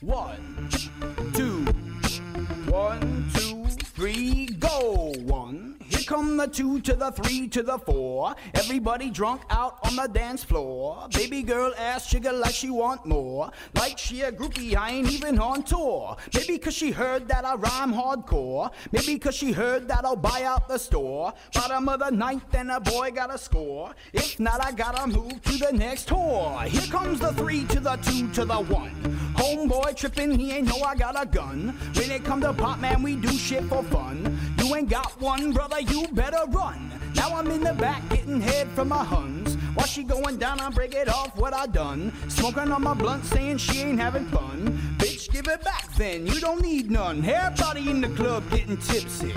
One, ch- two, ch- one, two, three, go. One, here come the two to the three to the four. Everybody drunk out on the dance floor. Baby girl ass sugar like she want more. Like she a groupie, I ain't even on tour. Maybe cause she heard that I rhyme hardcore. Maybe cause she heard that I'll buy out the store. Bottom of the ninth and a boy got a score. If not, I gotta move to the next whore. Here comes the three to the two to the one. Homeboy trippin', he ain't know I got a gun. When it come to pop, man, we do shit for fun. You ain't got one, brother, you better run. Now I'm in the back getting head from my huns. While she going down, I break it off what I done. Smoking on my blunt, saying she ain't having fun. Bitch, give it back then, you don't need none. Everybody in the club getting tipsy.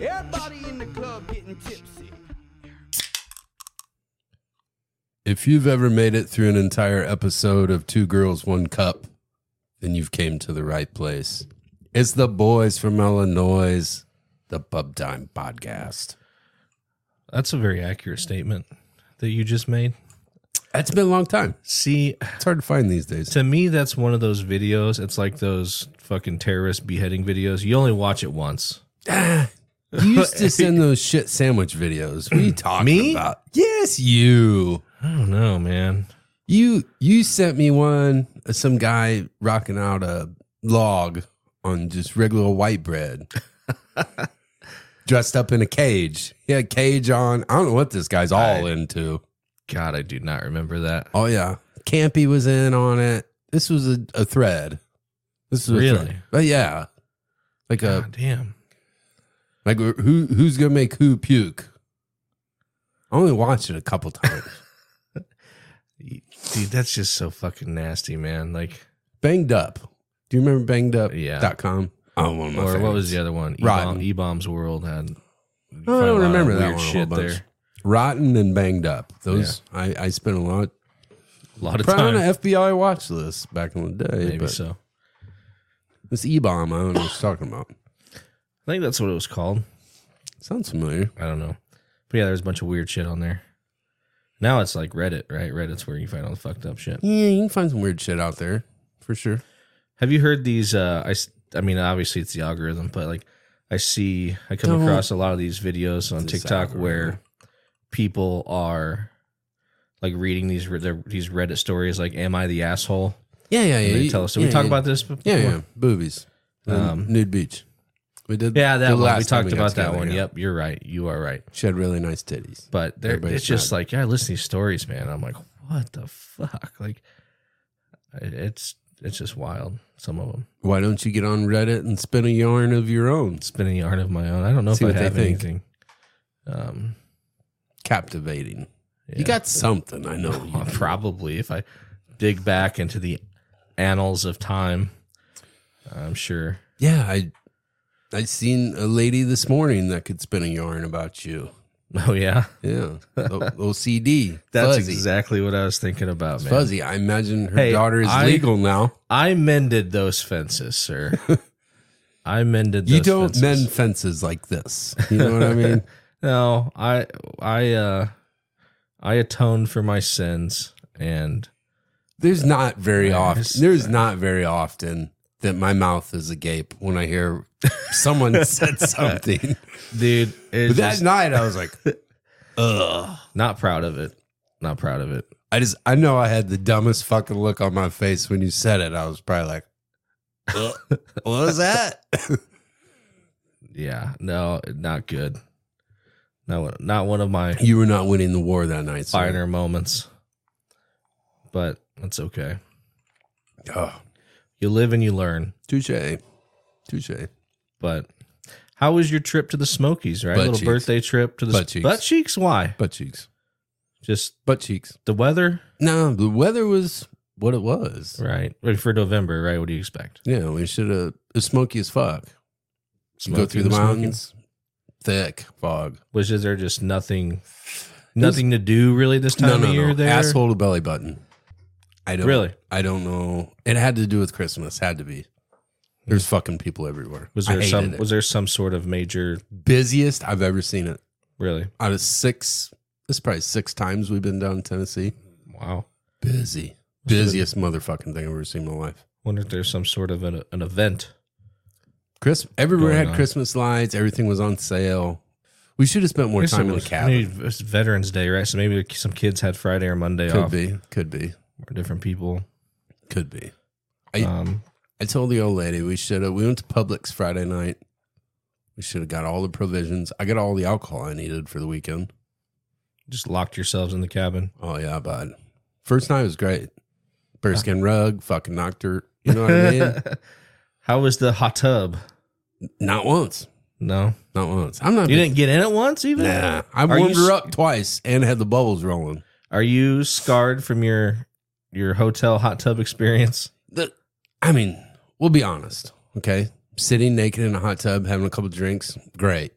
Everybody in the club getting tipsy. If you've ever made it through an entire episode of Two Girls One Cup, then you've came to the right place. It's the boys from Illinois, the Pub Time Podcast. That's a very accurate statement that you just made. It's been a long time. See, It's hard to find these days. to me, that's one of those videos. It's like those fucking terrorist beheading videos. You only watch it once. You used to send those shit sandwich videos. What are you talking Me? about? Yes, you. I don't know, man. You you sent me one uh, some guy rocking out a log on just regular white bread. dressed up in a cage. He had a cage on. I don't know what this guy's all I- into. God, I do not remember that. Oh yeah. Campy was in on it. This was a, a thread. This was a Really? thread. But yeah. Like a God damn. like who who's gonna make who puke? I only watched it a couple times. Dude, that's just so fucking nasty, man. Like, Banged up. Do you remember banged up Yeah. dot com? Oh, one of my or what favorites. was the other one? Rotten. E Bombs World had. I don't remember that one a whole shit bunch. there. Rotten and banged up. Those I, I spent a lot A lot of probably time. on an FBI watch list back in the day. Maybe but so. This E bomb, I don't know what it's talking about. I think that's what it was called. Sounds familiar. I don't know. But yeah, there's a bunch of weird shit on there. Now it's like Reddit, right? Reddit's where you find all the fucked up shit. Yeah, you can find some weird shit out there for sure. Have you heard these? Uh, I, s- I mean, obviously it's the algorithm, but like I see, I come Don't. across a lot of these videos on This TikTok algorithm. where people are like reading these re- their- these Reddit stories, like "Am I the asshole?" Yeah, yeah, And yeah. they you- tell us. Did yeah, we talk yeah. about this? Before? Yeah, yeah. Boobies. Um, Um, nude beach. We did. yeah, that the one. last We time talked got about that together, one. yeah. Yep, you're right. You are right. She had really nice titties. But they're, Everybody's it's just mad. like, yeah, I listen to these stories, man. I'm like, what the fuck? Like, I- it's it's just wild. Some of them Why don't you get on Reddit and spin a yarn of your own? spinning yarn of my own. I don't know See if I what they have think. anything. Um, Captivating. yeah. You got something, I know. Well, probably if I dig back into the annals of time, I'm sure. Yeah, I I seen a lady this morning that could spin a yarn about you. Oh yeah, Yeah, O- OCD. that's fuzzy. exactly what I was thinking about, It's man. fuzzy. I imagine her Hey, daughter is I- legal now. I mended those fences, sir. I mended. Those You don't fences. mend fences like this. You know what I mean? No, I I uh I atoned for my sins, and There's not very Yes. often. There's not very often that my mouth is agape when I hear someone said something. dude, But it's that just night, I was like, ugh. not proud of it. Not proud of it. I just I know I had the dumbest fucking look on my face when you said it. I was probably like, "Uh, "What was that?" Yeah, no, not good. Not one- not one of my you were not winning the war that night. sir. finer moments, but that's okay. Oh, You live and you learn. touche, touche. But how was your trip to the Smokies? Right, Butt little cheeks. birthday trip to the Butt cheeks. butt cheeks. Why? Butt cheeks, Just butt cheeks. the weather, No, the weather was what it was. right? For November, right? What do you expect? Yeah, we should have. It's smoky as fuck. You go Smoky, through the smoky. mountains, thick fog. Was is there just nothing, nothing to do really this time of year there? Asshole to belly button. I don't Really? I don't know. It had to do with Christmas. Had to be. There's fucking people everywhere. Was I there hated some? it. Was there some sort of major? busiest I've ever seen it. Really? Out of six, it's probably six times we've been down in Tennessee. Wow. Busy. Busiest motherfucking thing I've ever seen in my life. Wonder if there's some sort of an, an event. Chris, everywhere Going had on. Christmas lights. Everything was on sale. We should have spent more Guess it time in the was- cabin. maybe It's Veterans Day, right? So maybe some kids had Friday or Monday Could off. be. Could be. Or different people. Could be. I- um, I told the old lady we should have. We went to Publix Friday night. We should have got all the provisions. I got all the alcohol I needed for the weekend. just locked yourselves in the cabin. Oh yeah, but first night was great. Bearskin rug, fucking knocked her. You know what I mean? How was the hot tub? Not once. No, Not once. I'm not. you didn't get in it once, even. Nah, I Are you warmed s- her up twice and had the bubbles rolling. Are you scarred from your your hotel hot tub experience? The, I mean, we'll be honest, okay? Sitting naked in a hot tub, having a couple drinks, great.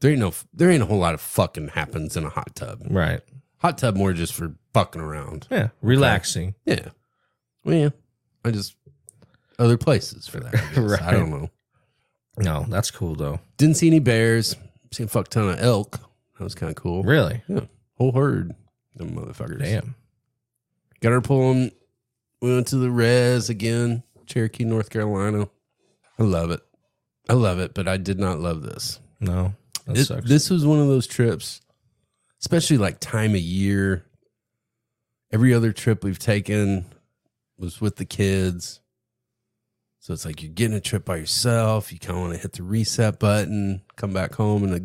There ain't no, there ain't a whole lot of fucking happens in a hot tub. Right. Hot tub more just for fucking around. Yeah. Relaxing. Yeah. Well, yeah. I just other places for that. I, guess. I Right. don't know. No, that's cool though. Didn't see any bears. Seen a fuck ton of elk. That was kind of cool. Really. Whole herd. Them motherfuckers. Damn. Got her pulling. We went to the res again, Cherokee, North Carolina. I love it. I love it, but I did not love this. No, that It- sucks. this was one of those trips, especially like time of year. Every other trip we've taken was with the kids. So it's like you're getting a trip by yourself. You kind of want to hit the reset button, come back home in a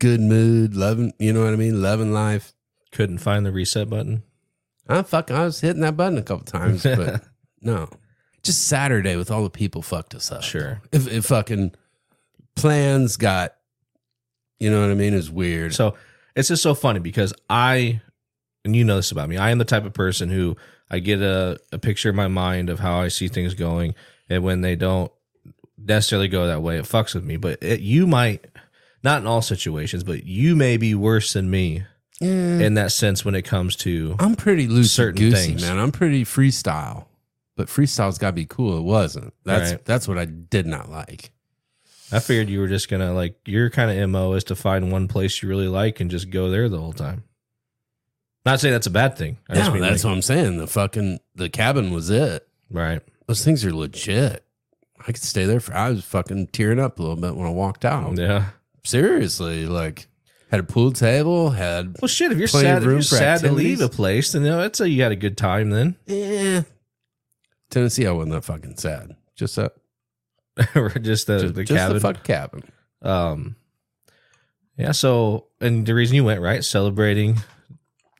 good mood, loving, you know what I mean? Loving life. Couldn't find the reset button. I fuck, I was hitting that button a couple times, but no. Just Saturday with all the people fucked us up. Sure. If, if fucking plans got, you know what I mean? It was weird. So it's just so funny because I, and you know this about me, I am the type of person who I get a, a picture in my mind of how I see things going. And when they don't necessarily go that way, it fucks with me. But it, you might, not in all situations, but you may be worse than me Yeah. in that sense when it comes to. I'm pretty loose certain goosey, things. man. I'm pretty freestyle, but freestyle's got to be cool. It wasn't. That's Right. that's what I did not like. I figured you were just going to like, your kind of MO is to find one place you really like and just go there the whole time. Not saying that's a bad thing. I just No, mean, that's like, what I'm saying. The fucking the cabin was it. right. Those things are legit. I could stay there for. I was fucking tearing up a little bit when I walked out. Yeah. Seriously, like had a pool table, had Well, shit. If you're Plenty of sad, if room you're for sad to activities. leave a place, then you know, that's a you had a good time. Then eh. Tennessee. I wasn't that fucking sad. Just that. Or just the just the the, just cabin. the fuck cabin. um, yeah. So, and the reason you went right, celebrating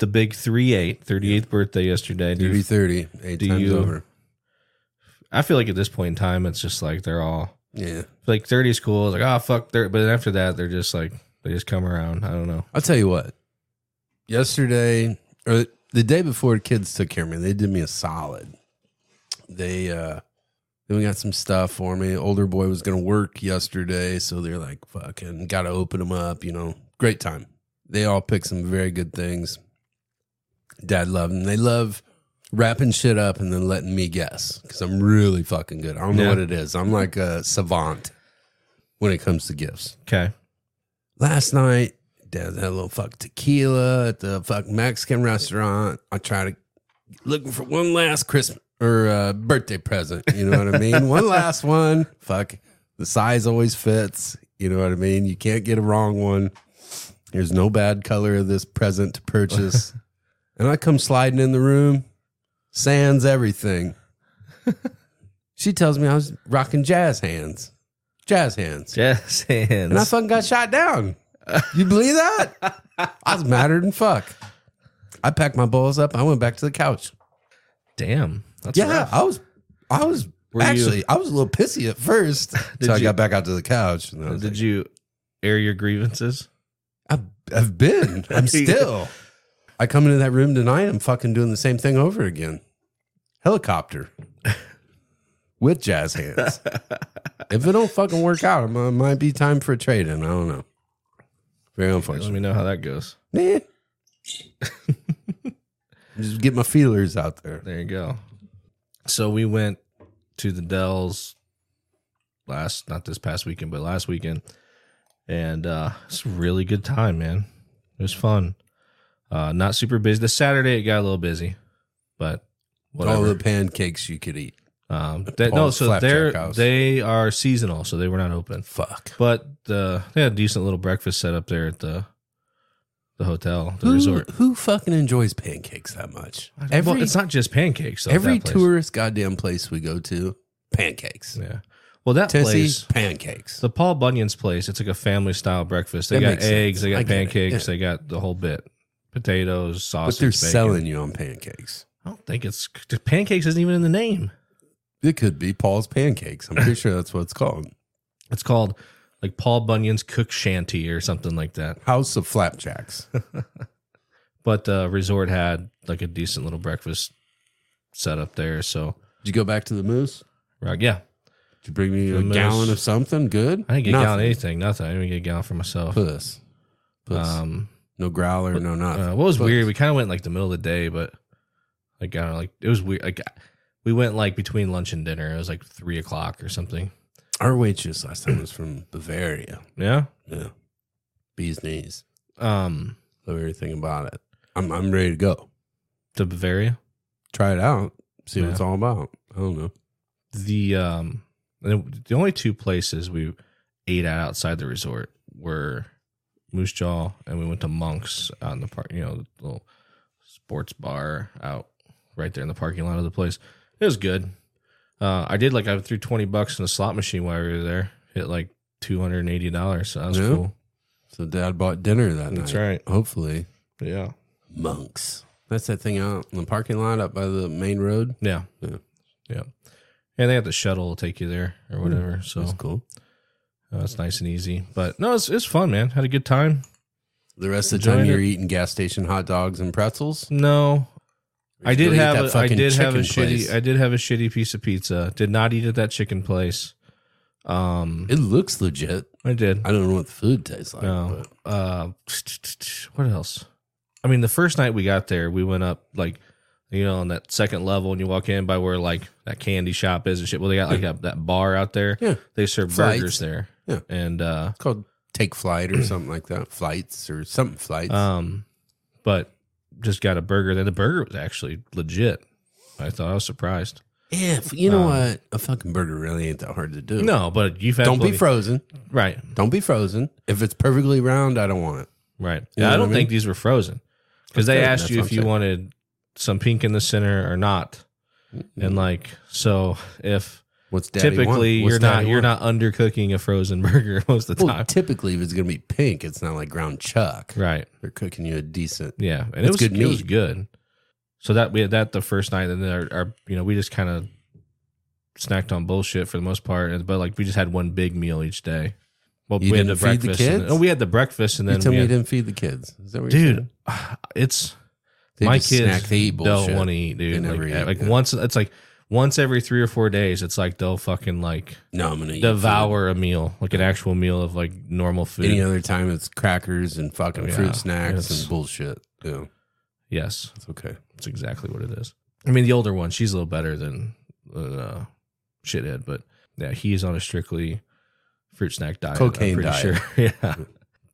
the big three eight, 38th birthday yesterday. Do Thirty you, thirty eight do times you- over. I feel like at this point in time, it's just like they're all Yeah. like thirty is cool. It's like oh fuck, 30. but then after that, they're just like they just come around. I don't know. I'll tell you what. Yesterday or the day before the kids took care of me, they did me a solid. They uh then we got some stuff for me. Older boy was gonna work yesterday, so they're like fucking gotta open them up, you know. Great time. They all picked some very good things. Dad loved them. They love wrapping shit up and then letting me guess because I'm really fucking good. I don't know Yeah. what it is. I'm like a savant when it comes to gifts Okay, last night, dad had a little fuck tequila at the fuck Mexican restaurant. I try to looking for one last Christmas or uh, birthday present. You know what I mean? one last one. Fuck, the size always fits. You know what I mean? You can't get a wrong one. There's no bad color of this present to purchase. and I come sliding in the room, sans everything. she tells me I was rocking jazz hands. Jazz hands. jazz hands. And I fucking got shot down. You believe that? I was madder than fuck. I packed my balls up. I went back to the couch. Damn, that's yeah, rough. I was, I was Were you- actually, I was a little pissy at first. so I you- got back out to the couch. And I was Did you air your grievances? like, I've, I've been. I'm still. I come into that room tonight. I'm fucking doing the same thing over again. Helicopter with jazz hands. if it don't fucking work out, it might- might be time for a trade in. I don't know. Very unfortunate. Let me know how that goes. Meh. Just get my feelers out there. There you go. So we went to the Dells last, not this past weekend, but last weekend, and uh, it's a really good time, man. It was fun. Uh, not super busy. The Saturday it got a little busy, but all whatever. the pancakes you could eat. um, that, no, Paul's so Flapjack they're House. they are seasonal, so they were not open. Fuck. But uh, they had a decent little breakfast set up there at the the hotel, the who, resort. Who fucking enjoys pancakes that much? Every, well, it's not just pancakes. Though, at every that place. tourist goddamn place we go to, pancakes. Yeah. Well, that Tennessee, place, pancakes. the Paul Bunyan's place, it's like a family style breakfast. They That got makes sense. eggs, they I got get it, pancakes, yeah. they got the whole bit, potatoes, But sausage. they're bacon. selling you on pancakes. I don't think it's pancakes isn't even in the name. It could be Paul's Pancakes. I'm pretty sure that's what it's called. It's called like Paul Bunyan's Cook Shanty or something like that. House of Flapjacks. But the resort had like a decent little breakfast set up there. So, Did you go back to the moose? right, yeah, Did you bring me The a Moose. gallon of something good? I didn't get Nothing. down anything, nothing. I didn't get down for myself. Puss. Puss. Um, no growler, no nothing. Uh, what was But- weird? We kind of went like the middle of the day, but like I don't know, like it was weird. Like we went like between lunch and dinner. It was like three o'clock or something. Our waitress last time was from Bavaria. Yeah. Yeah. Bees knees. Um, Love everything about it. I'm I'm ready to go. to Bavaria. Try it out. See what it's all about. I don't know. The um, and it- the only two places we ate at outside the resort were Moose Jaw, and we went to Monks out in the park. You know, the little sports bar out right there in the parking lot of the place. It was good. Uh, I did like I threw twenty bucks in a slot machine while we were there. Hit like two hundred and eighty dollars. So that was Yeah. cool. So dad bought dinner that night. That's right. Hopefully. Yeah. Monks. That's that thing out in the parking lot up by the main road. Yeah. Yeah. Yeah. And they have the shuttle to take you there or Hmm. whatever. So Hmm. That's cool. uh, it's nice and easy. But no, it's, it's fun, man. Had a good time. The rest of the Enjoying time you're it. eating gas station hot dogs and pretzels. No. I You should did go eat have that a, I fucking did have a chicken place. shitty I did have a shitty piece of pizza. Did not eat at that chicken place. Um It looks legit. I did. I don't know what the food tastes like. No. But Uh, what else? I mean, the first night we got there, we went up like, you know, on that second level, and you walk in by where like that candy shop is and shit. Well, they got like that that bar out there. Yeah. They serve Flights. burgers there. Yeah. And uh, it's called Take Flight or something like that. Flights or something flights. um, but just got a burger. Then the burger was actually legit. I thought I was surprised. yeah, f- you know um, what? A fucking burger really ain't that hard to do. No, but you've had Don't be plenty- frozen. right, Don't be frozen. If it's perfectly round, I don't want it. right. You know Yeah, I what I don't think mean? these were frozen because they Okay, asked that's you what if I'm you saying. wanted some pink in the center or not, and like so if What's Mm. daddy want? typically What's you're not daddy you're want? not undercooking a frozen burger most of the Well, time. typically if it's gonna be pink, it's not like ground chuck. right. They're cooking you a decent. Yeah. And it That's was good good it was meat. good. So that we had that the first night and then our, our you know, we just kind of snacked on bullshit for the most part, and- but like we just had one big meal each day. Well, You we had the didn't feed the breakfast. and- kids? oh, we had the breakfast and You then tell we me you had, didn't feed the kids. Is that what you're dude, saying? it's They my just kids snack, they eat don't bullshit. want to eat, dude. They Like, never eat, like yeah. once it's like once every three or four days, it's like they'll fucking like No, I'm gonna eat devour a meal, like an actual meal of like normal food. food. Any other time, it's crackers and fucking Yeah, fruit snacks it's- and bullshit. Yeah, yes. it's okay. That's exactly what it is. I mean, the older one, she's a little better than uh, shithead, but yeah, he's on a strictly fruit snack diet. Cocaine I'm pretty diet. sure. yeah,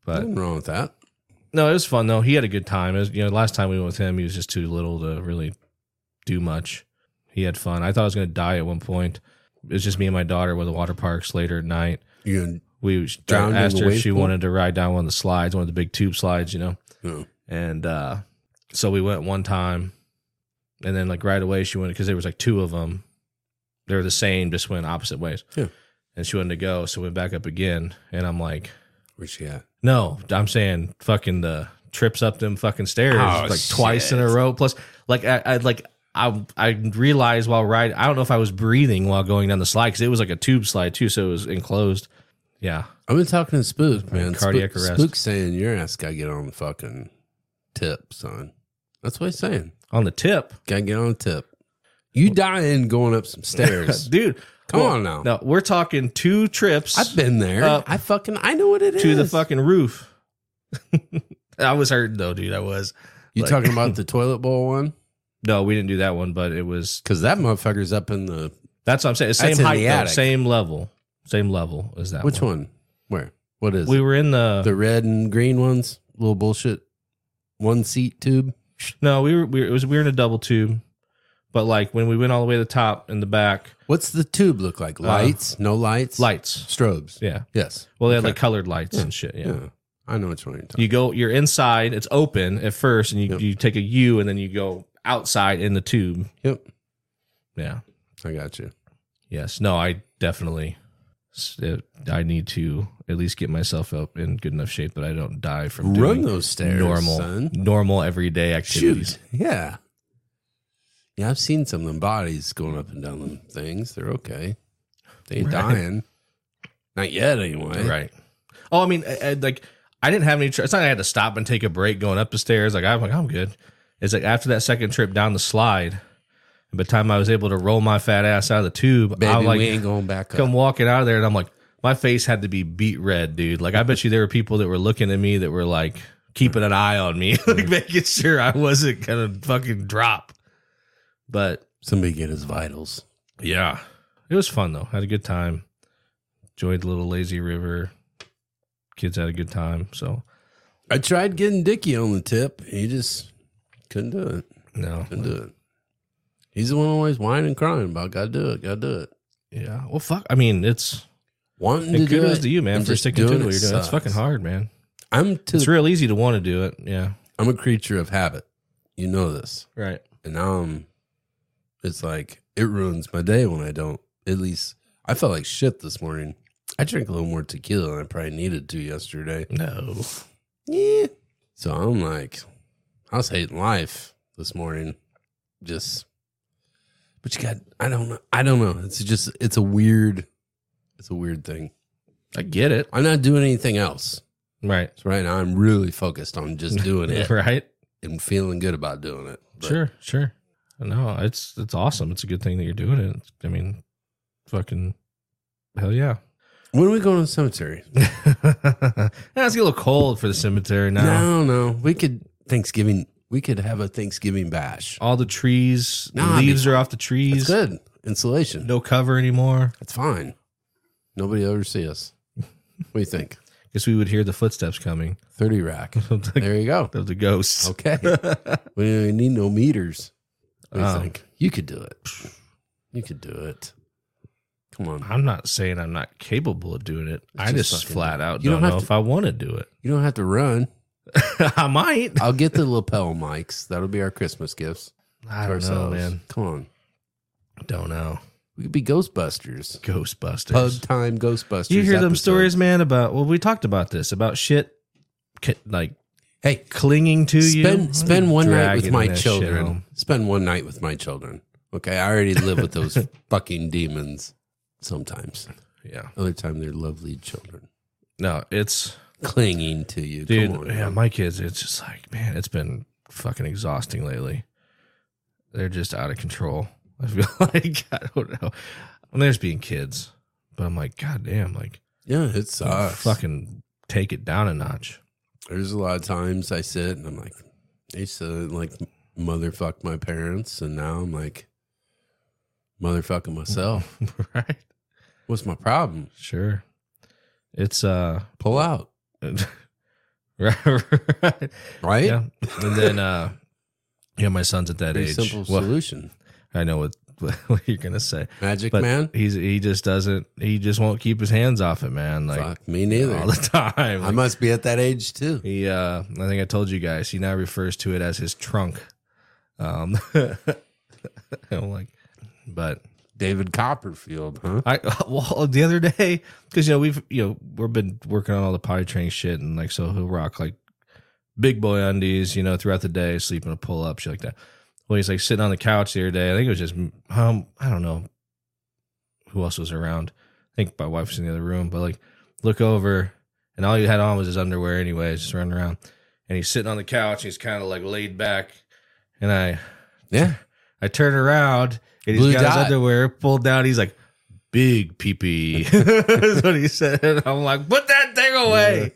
but Nothing wrong with that. no, it was fun though. He had a good time. It was, you know, last time we went with him, he was just too little to really do much. He had fun. I thought I was going to die at one point. It was just me and my daughter with the water parks later at night. You We Drowned in asked the her if she wave pool? wanted to ride down one of the slides, one of the big tube slides, you know. know, And uh, so we went one time, and then like right away she went because there was like two of them. They were the same, just went opposite ways. Yeah. And she wanted to go, so went back up again. And I'm like, where's she at? no, I'm saying fucking the trips up them fucking stairs Oh, like twice in a shit. row. Plus, like I, I like I I realized while riding, I don't know if I was breathing while going down the slide because it was like a tube slide too, so it was enclosed. Yeah, I've been talking to Spook, man. Cardiac Spook, arrest. Spook's saying your ass got to get on the fucking tip, son. That's what he's saying. on the tip, Got to get on the tip. You dying going up some stairs. dude. Come well, on now. No, we're talking two trips. I've been there. Uh, I fucking I know what it is. to the fucking roof. I was hurting though, dude. I was. You like- talking about the toilet bowl one? No, we didn't do that one, but it was. Because that motherfucker's up in the That's what I'm saying. It's Same That's in height, the though. attic. same level, same level as that. which one? Where? What is We it? were uh, in the, the red and green ones? Little bullshit. One seat tube. No, we were. We were, it was, we were in a double tube, But like when we went all the way to the top and the back, What's the tube look like? Lights? no lights? lights. Strobes. Uh, Yeah. Yes. Well, they had Okay. like colored lights and shit. Yeah. Yeah. I know which one you're talking You go, you're inside. It's open at first, and you Yep. you take a U, and then you go outside in the tube. Yep. Yeah. I got you. Yes. No. I definitely. I need to at least get myself up in good enough shape that I don't die from Run doing those stairs. normal, Son. normal everyday activities. Shoot. Yeah. Yeah, I've seen some of them bodies going up and down them things. They're okay. They ain't Right. dying. Not yet, anyway. Right. Oh, I mean, I, I- like I didn't have any. Tr- it's not like I had to stop and take a break going up the stairs. Like I'm like I'm good. It's like after that second trip down the slide, by the time I was able to roll my fat ass out of the tube, Baby, I like we ain't going back come up. walking out of there, and I'm like, my face had to be beat red, dude. Like I bet you there were people that were looking at me that were like keeping an eye on me, like making sure I wasn't gonna fucking drop. But Somebody get his vitals. yeah. It was fun though. Had a good time. Enjoyed the little lazy river. Kids had a good time. So I tried getting Dickie on the tip. He just couldn't do it. no. Couldn't do it. He's the one always whining and crying about, gotta do it, gotta do it. Yeah. Well fuck. I mean it's Wanting and to do kudos it. to you, man, and for just sticking to doing it. what You're doing. It's sucks. fucking hard, man. I'm to It's real easy to want to do it. Yeah. I'm a creature of habit. You know this. Right. and now I'm, it's like it ruins my day when I don't. At least I felt like shit this morning. I drank a little more tequila than I probably needed to yesterday. No. Yeah. So I'm like, I was hating life this morning. Just, but you got, I don't know. I don't know. It's just, it's a weird, it's a weird thing. I get it. I'm not doing anything else. Right. So right now I'm really focused on just doing it Right. and feeling good about doing it. But Sure, sure. No, it's it's awesome. It's a good thing that you're doing it. I mean, fucking hell yeah. When are we going to the cemetery? Nah, it's a little cold for the cemetery now. No, no. We could Thanksgiving. We could have a Thanksgiving bash. All the trees, the Nah, leaves are off the It's trees. good insulation. No cover anymore. It's fine. Nobody will ever see us. What do you think? Guess we would hear the footsteps coming Thirty rack. of the, There you go. of the ghosts. Okay. we don't even need no meters. What do you Oh. think? You could do it. You could do it. Come on. I'm not saying I'm not capable of doing it. I just just, fucking- flat out You don't, don't have know to- if I want to do it. You don't have to run. I might. I'll get the lapel mics. That'll be our Christmas gifts. I to don't know, man. Come on. Don't know. We could be Ghostbusters. Ghostbusters. Pub time Ghostbusters. you hear them episode. stories, man, about well, we talked about this about shit, ca- like Hey, clinging to you. spend I'm spend one night with dragging my that shit home. children. Spend one night with my children. Okay, I already live with those fucking demons. Sometimes, Yeah, other time they're lovely children no, it's clinging to you. dude. Come on, yeah, man. my kids. It's just like man, it's been fucking exhausting lately. They're just out of control. I feel like I don't know. I mean, they're just being kids, but I'm like, god damn, like yeah, it sucks. fucking take it down a notch. There's a lot of times I sit and I'm like, I used to like motherfuck my parents, and now I'm like motherfucking myself. right? What's my problem? Sure. It's uh, Pull out, right. right? Yeah. And then uh yeah, my son's at that Pretty age. simple Well, solution. I know what, what you're gonna say. Magic But man. he's he just doesn't he just won't keep his hands off it, man. Like Fuck me neither. all the time. I must be at that age too. he uh I think I told you guys, he now refers to it as his trunk. Um I'm like but David Copperfield, huh? I well the other day because you know we've you know we've been working on all the potty train shit and like so he'll rock like big boy undies you know throughout the day sleeping a pull up shit like that. Well, he's like sitting on the couch the other day. I think it was just um I don't know who else was around. I think my wife was in the other room, but like look over and all he had on was his underwear anyways, just running around. And he's sitting on the couch. He's kind of like laid back, and I Yeah. I turn around and he's Blue got dot. his underwear pulled down. He's like, big peepee. That's what he said. And I'm like, put that thing away.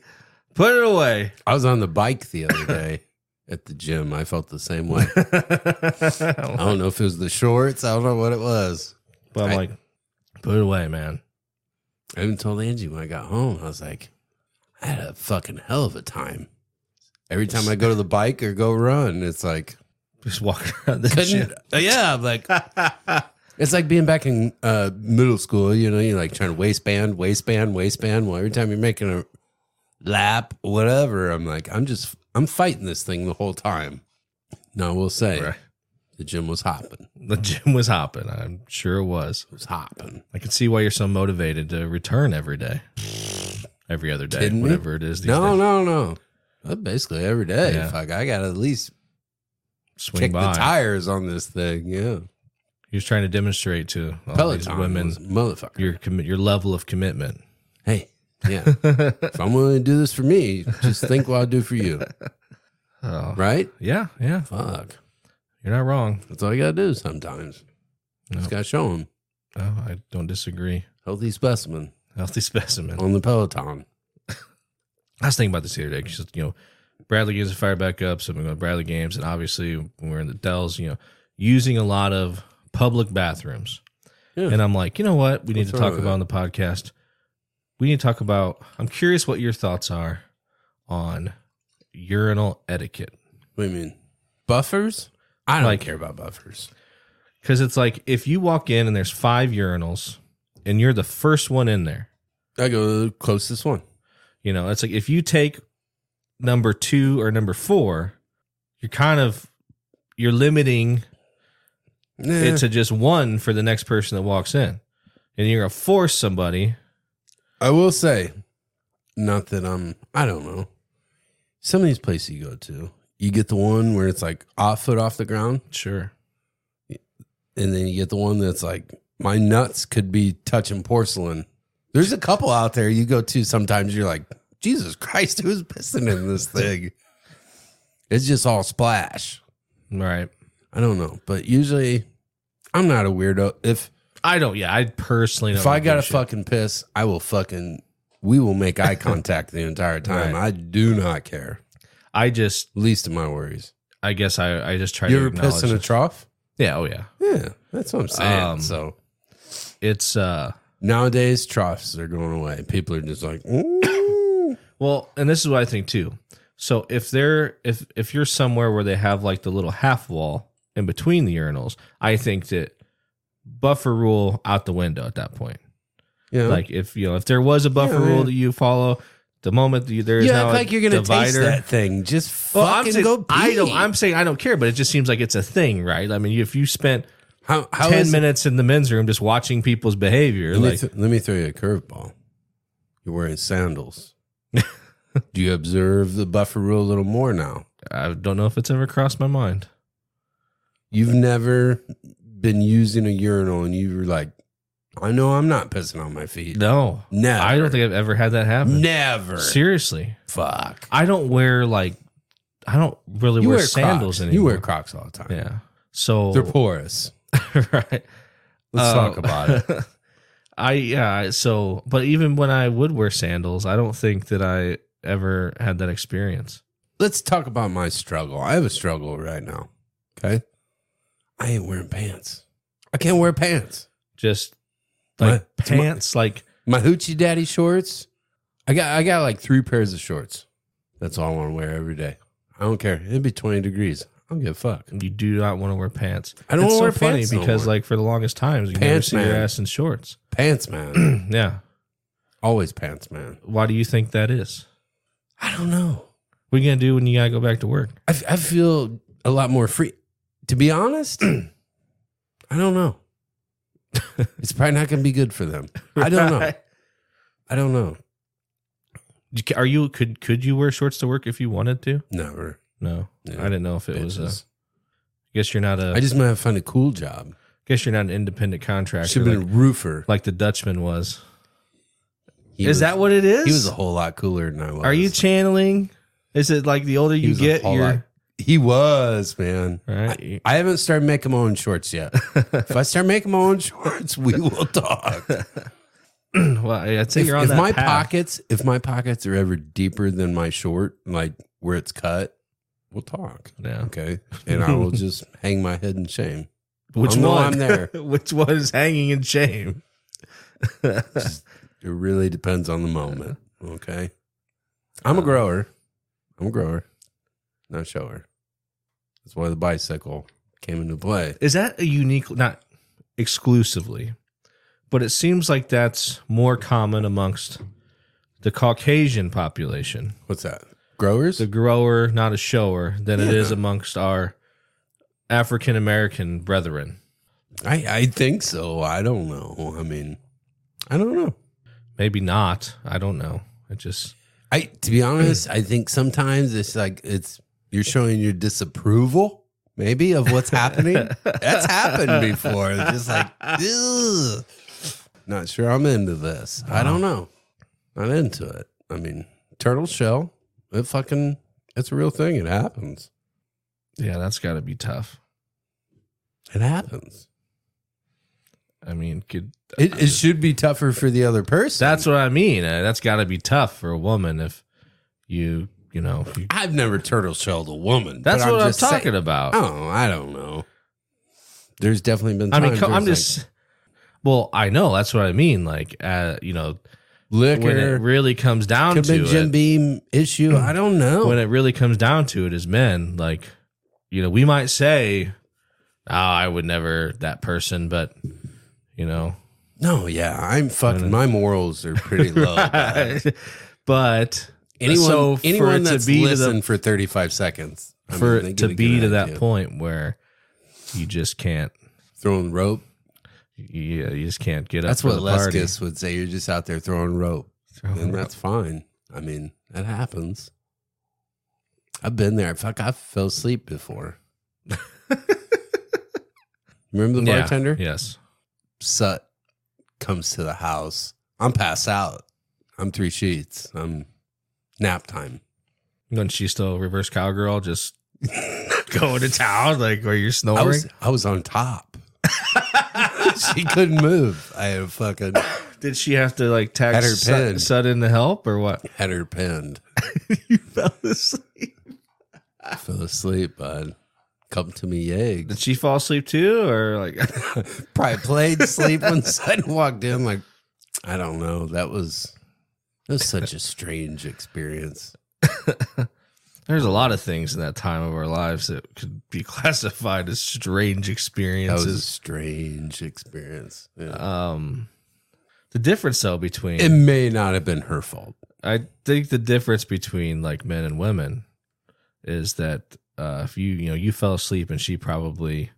Put it away. I was on the bike the other day at the gym. I felt the same way. I don't know if it was the shorts. I don't know what it was. but I'm I- like, put it away, man. I even told Angie when I got home, I was like, I had a fucking hell of a time. Every time I go to the bike or go run, it's like Just walking around the Couldn't, gym. yeah, I'm like it's like being back in uh, middle school. You know, you're like trying to waistband, waistband, waistband. Well, every time you're making a lap, whatever, I'm like, I'm just, I'm fighting this thing the whole time. Now, I will say Right. the gym was hopping. The gym was hopping. I'm sure it was. It was hopping. I can see why you're so motivated to return every day, every other day, Kidding me? whatever it is. These No, days. no, no. Well, basically every day. Yeah. Fuck, I got to at least swing kick by. the tires on this thing. Yeah. He was trying to demonstrate to all these Peloton women was a motherfucker. your commi- your level of commitment. hey, yeah. if I'm willing to do this for me, just think what I'll do for you. Oh. Right? Yeah, yeah, Fuck. you're not wrong. That's all you got to do sometimes. Just got to show them. No, Oh, I don't disagree. Healthy specimen Healthy specimen. on the Peloton. I was thinking about this the other day because you know Bradley games are fired back up, so I'm going to Bradley games, and obviously when we're in the Dells, you know, using a lot of public bathrooms, Yeah. and I'm like, you know what, we need What's to wrong talk with about on the podcast. We need to talk about. I'm curious what your thoughts are on urinal etiquette What do you mean? Buffers? I don't Like- care about buffers. because it's like if you walk in and there's five urinals and you're the first one in there, I go to the closest one. You know, it's like if you take number two or number four, you're kind of you're limiting Nah, it to just one for the next person that walks in. And you're gonna force somebody. I will say, not that I'm, I don't know. Some of these places you go to, you get the one where it's like off foot off the ground, Sure. and then you get the one that's like, my nuts could be touching porcelain. There's a couple out there you go to sometimes, you're like, Jesus Christ, who's pissing in this thing? It's just all splash. All right. I don't know, but usually I'm not a weirdo. If I don't yeah, I personally don't if I give gotta shit. fucking piss, I will fucking we will make eye contact the entire time. Right. I do not care. I just Least of my worries. I guess I, I just try You to ever piss acknowledge in a it. trough? Yeah, oh yeah. Yeah, that's what I'm saying. Um, so It's uh nowadays troughs are going away. People are just like, mm, "Ooh." well, and this is what I think too. So if they're if if you're somewhere where they have like the little half wall in between the urinals, I think that buffer rule out the window at that point. yeah, Like if you know if there was a buffer Yeah, rule yeah. that you follow, the moment you, there is you now act a like you're gonna divider. taste that thing. Just Well, I'm fucking saying, go. Pee. I don't. I'm saying I don't care, but it just seems like it's a thing, right? I mean, if you spent how, how ten is it- minutes in the men's room just watching people's behavior, Let, me like th- let me throw you a curveball. You're wearing sandals. Do you observe the buffer rule a little more now? I don't know if it's ever crossed my mind. You've never been using a urinal and you were like, I know I'm not pissing on my feet. No, Never. I don't think I've ever had that happen. Never. Seriously, Fuck. I don't wear like I don't really You wear, wear sandals Crocs. anymore. You wear Crocs all the time. yeah. So They're porous. right. Let's Uh, talk about it. I yeah, I- so but even when I would wear sandals, I don't think that I ever had that experience. Let's talk about my struggle. I have a struggle right now. Okay. I ain't wearing pants. I can't wear pants. Just like My- it's my- pants, like my hoochie daddy shorts. I got I got like three pairs of shorts. That's all I want to wear every day. I don't care. It'd be twenty degrees. I don't give a fuck. you do not want to wear pants. I don't it's wanna so wear funny pants no because more. like for the longest time you never Pants see your man. ass in shorts. Pants man. yeah. Always pants man. Why do you think that is? I don't know. What are you gonna do when you gotta go back to work? I, f- I feel a lot more free. To be honest, I don't know. it's probably not going to be good for them. I don't know. I don't know. You ca- Are you could could you wear shorts to work if you wanted to? Never. No. Yeah, I didn't know if it was uh, a bitches. guess you're not a I just might have found a cool job. guess you're not an independent contractor. Should have been like- a roofer. like the Dutchman was. He is was- that what it is? He was a whole lot cooler than I was. Are you channeling? Is it like the older He you was a get, whole you're lot- He was, man. right? I haven't started making my own shorts yet. if I start making my own shorts, we will talk. well, I- I'd say if you're on if that my path. pockets, if my pockets are ever deeper than my short, like where it's cut, we'll talk. Yeah. Okay, and I will just hang my head in shame. Which I'll know one? I'm there. Which one is hanging in shame? It really depends on the moment. Okay, Um, I'm a grower. I'm a grower, not a shower. That's why the bicycle came into play. Is that a unique, not exclusively, but it seems like that's more common amongst the Caucasian population, What's that? Growers? the grower, not a shower, than it is Yeah. amongst our African American brethren. I, I think so. I don't know. I mean, I don't know. Maybe not. I don't know. It just I to be honest, I think sometimes it's like it's you're showing your disapproval maybe of what's happening. That's happened before. It's just like Ugh. not sure I'm into this. I don't know. Not into it. I mean, turtle shell, it fucking it's a real thing. It happens. yeah, that's got to be tough. It happens. I mean, could It, it should be tougher for the other person. that's what I mean. Uh, That's got to be tough for a woman if you you know. if you- I've never turtle shelled a woman. that's but what I'm, just saying- talking about. Oh, I don't know. There's definitely been. I mean, times co- where I'm it's like, just. well, I know that's what I mean. Like, uh, you know, when it liquor. really comes down could to be Jim it, Beam issue. I don't know. when it really comes down to it, as men, like, you know, we might say, "Oh, I would never that person," but you know, no, yeah, I'm fucking. My morals are pretty low. man. but Anyone, so for anyone it to that's be to the- listened for 35 seconds I for mean, they it get to a be good to that idea. point where you just can't, throwing rope. you, you just can't get That's up. for what the party. Oh. Leskis would say. You're just out there throwing rope, and that's fine. I mean, that happens. I've been there. Fuck, I fell asleep before. Remember the Yeah, bartender? Yes. Sut comes to the house. I'm passed out. I'm three sheets. I'm nap time. When she's still reverse cowgirl, just going to town, like where you're I snoring. was I was on top. she couldn't move. I had fucking Did she have to like Had her text pinned. Sut, Sut in to help or what? had her pinned. you fell asleep. I fell asleep, bud. Come to me, yay. Did she fall asleep too, or like? Probably played sleep when Sutton walked in. Like I don't know. That was that was such a strange experience. There's a lot of things in that time of our lives that could be classified as strange That was a experiences. strange experience. Yeah. um, the difference though between It may not have been her fault. I think the difference between like men and women is that uh, if you you know you fell asleep and she probably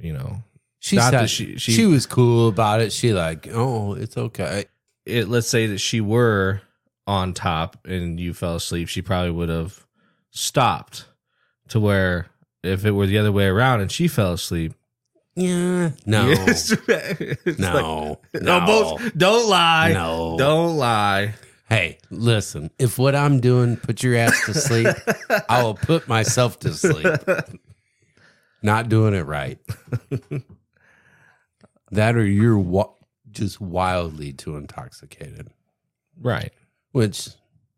you know She Not said that she, she- she she- was cool about it. She like, oh, it's okay. it let's say that she were on top and you fell asleep she probably would have stopped to where if it were the other way around and she fell asleep Yeah, no, It's- it's like, no, no, no, both don't lie no. don't lie Hey, listen. If what I'm doing put your ass to sleep, I will put myself to sleep. Not doing it right. that or you're wa- just wildly too intoxicated, right which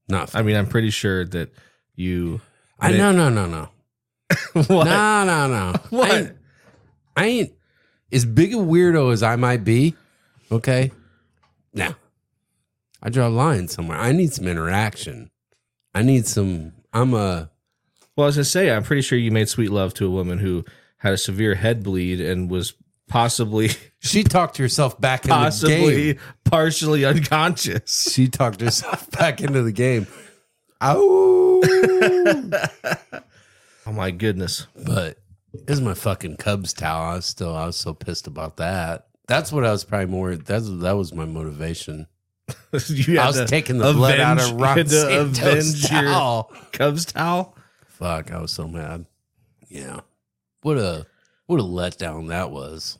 not. i I, mean i'm pretty sure that you I no no no no what no no no. What? I ain't, I ain't as big a weirdo as I might be. Okay. Now, I draw a line somewhere. I need some interaction. I need some. I'm a. Well, I was gonna say, I'm pretty sure you made sweet love to a woman who had a severe head bleed and was possibly, She talked herself back into the game. possibly, partially unconscious. She talked herself back into the game. Ow. Oh my goodness! but this is my fucking Cubs towel. I was still. I was so pissed about that. That's what I was probably more. That's that was my motivation. you I had was to taking the blood out of avenge- you Ron had to Santo's avenge your towel. Cubs towel. Fuck, I was so mad. Yeah. What a what a letdown that was.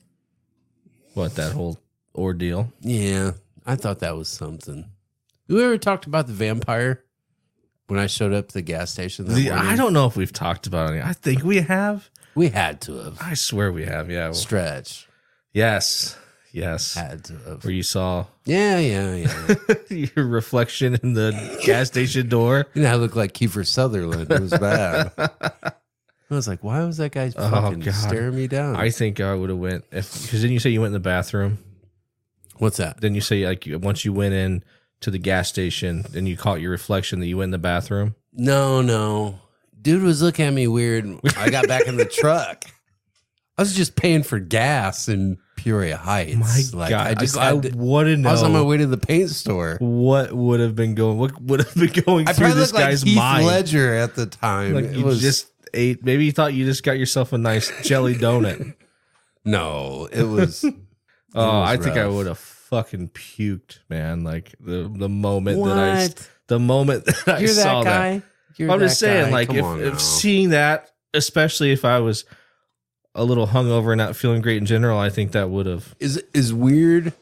What that whole ordeal? Yeah. I thought that was something. You ever talked about the vampire when I showed up to the gas station? That The, morning? I don't know if we've talked about it. I think we have. We had to have. I swear we have. Yeah. Stretch. Yes. Yes. Had to have. Where you saw Yeah, yeah, yeah. your reflection in the gas station door. you know, I looked like Kiefer Sutherland. It was bad. I was like, why was that guy fucking Oh, God. staring me down? I think I would have went if because then you say you went in the bathroom. What's that? Then you say like you- once you went in to the gas station and you caught your reflection that you went in the bathroom. No, no. dude was looking at me weird. and I got back in the truck. I was just paying for gas in Peoria Heights. My God, I just I, had to- want to know I was on my way to the paint store. what would have been going. What would have been going I through probably this looked like guy's Heath mind? Ledger at the time. Like It you was- just ate. Maybe you thought you just got yourself a nice jelly donut. no, it was oh, was I think I rough. would have fucking puked, man. Like the the moment that I the moment that I saw that. You're I'm just that saying, guy. like, Come if, on now. if seeing that, especially if I was a little hungover and not feeling great in general, I think that would have. is is weird,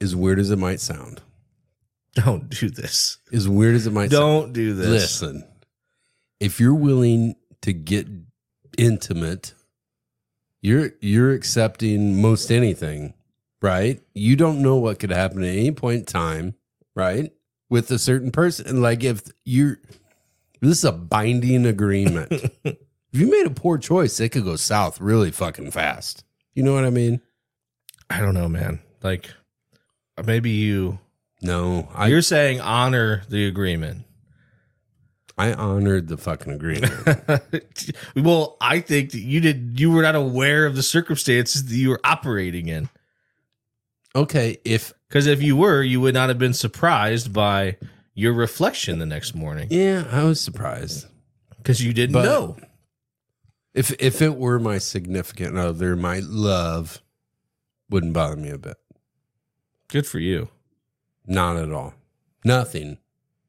as weird as it might sound, Don't do this. as weird as it might sound. Don't do this. Listen, if you're willing to get intimate, you're you're accepting most anything, right? You don't know what could happen at any point in time, right? With a certain person, like if you're, this is a binding agreement. if you made a poor choice, it could go south really fucking fast. You know what I mean? I don't know, man. Like, maybe you. No, I you're saying honor the agreement. I honored the fucking agreement. well, I think that you did. You were not aware of the circumstances that you were operating in. okay, if Because if you were, you would not have been surprised by your reflection the next morning yeah, I was surprised. because you didn't But- know. If if it were my significant other, my love wouldn't bother me a bit. Good for you. Not at all. Nothing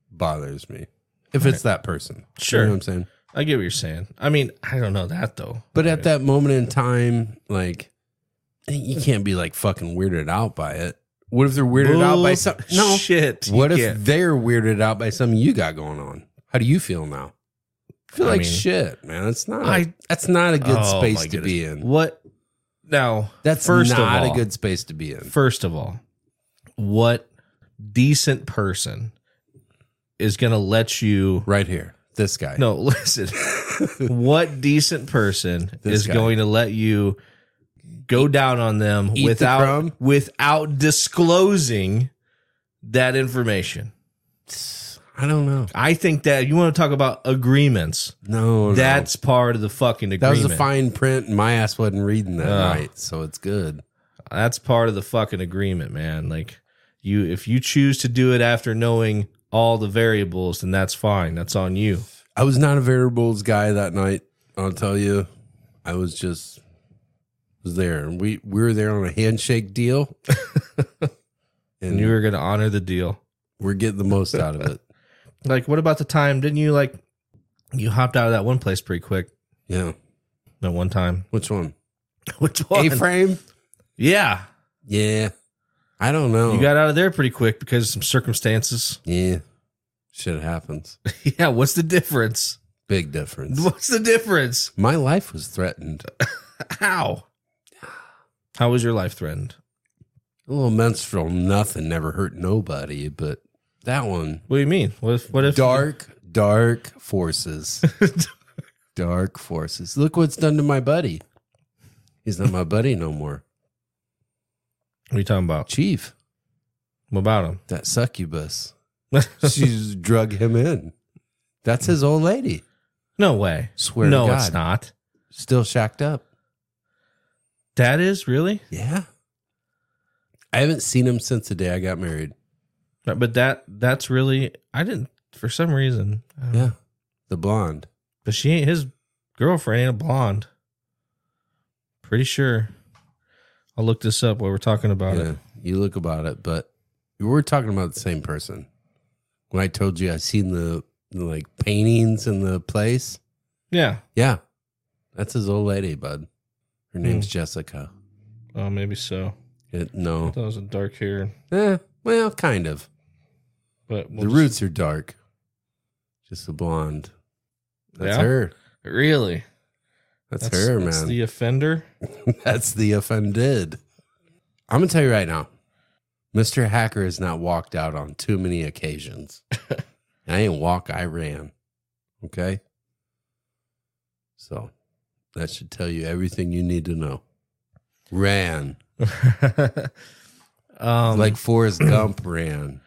bothers me. If it's that person. Sure. You know what I'm saying? I get what you're saying. I mean, I don't know that though. But at that moment in time, like you can't be like fucking weirded out by it. What if they're weirded out by something? No. shit. What You if can't. they're weirded out by something you got going on? How do you feel now? I feel I like mean- shit, man. It's not. a- I- that's not a good Oh, my space to be in. goodness. What? Now, That's first of not all- a good space to be in. First of all, what decent person is going to let you? Right here, this guy. No, listen. what decent person This is guy. going to let you go down on them Eat the without crumb? without disclosing that information? I don't know. I think that you want to talk about agreements. Oh, No, no. That's part of the fucking that agreement. was a fine print, and my ass wasn't reading that Oh. night, so it's good. That's part of the fucking agreement, man. Like you if you choose to do it after knowing all the variables, then that's fine. That's on you. I was not a variables guy that night. I'll tell you, I was just was there, and we we were there on a handshake deal, And and you were gonna honor the deal. we're getting the most out of it. Like what about the time? Didn't you like you hopped out of that one place pretty quick Yeah, at one time? which one? Which A frame? Yeah. Yeah, I don't know. You got out of there pretty quick because of some circumstances. yeah, shit happens. yeah, what's the difference? Big difference. What's the difference? My life was threatened. How? How was your life threatened? A little menstrual, nothing, never hurt nobody, but that one. What do you mean? What if what if dark, dark forces. dark forces. Look what's done to my buddy. He's not my buddy no more. what are you talking about? Chief, What about him? that succubus. She's drug him in. That's his old lady. No way. Swear no, to God. it's not. Still shacked up. That is really, Yeah. I haven't seen him since the day I got married. but that that's really. I didn't for some reason. I don't- Yeah. The blonde. but she ain't his girlfriend. Ain't a blonde. Pretty sure. I'll look this up while we're talking about Yeah. it. You look about it, but we're talking about the same person. When I told you I seen the, the like paintings in the place, Yeah. Yeah. That's his old lady, bud. Her name's Jessica. Oh, maybe so. It- Hmm. I no. thought it was a dark hair, Eh, well, kind of. but we'll The just- roots are dark. Just a blonde. That's Yeah? her. Really. That's, her, man. That's the offender. that's the offended. I'm going to tell you right now Mr. Hacker has not walked out on too many occasions. I ain't walk, I ran. Okay? So that should tell you everything you need to know. Ran. um, like Forrest Gump ran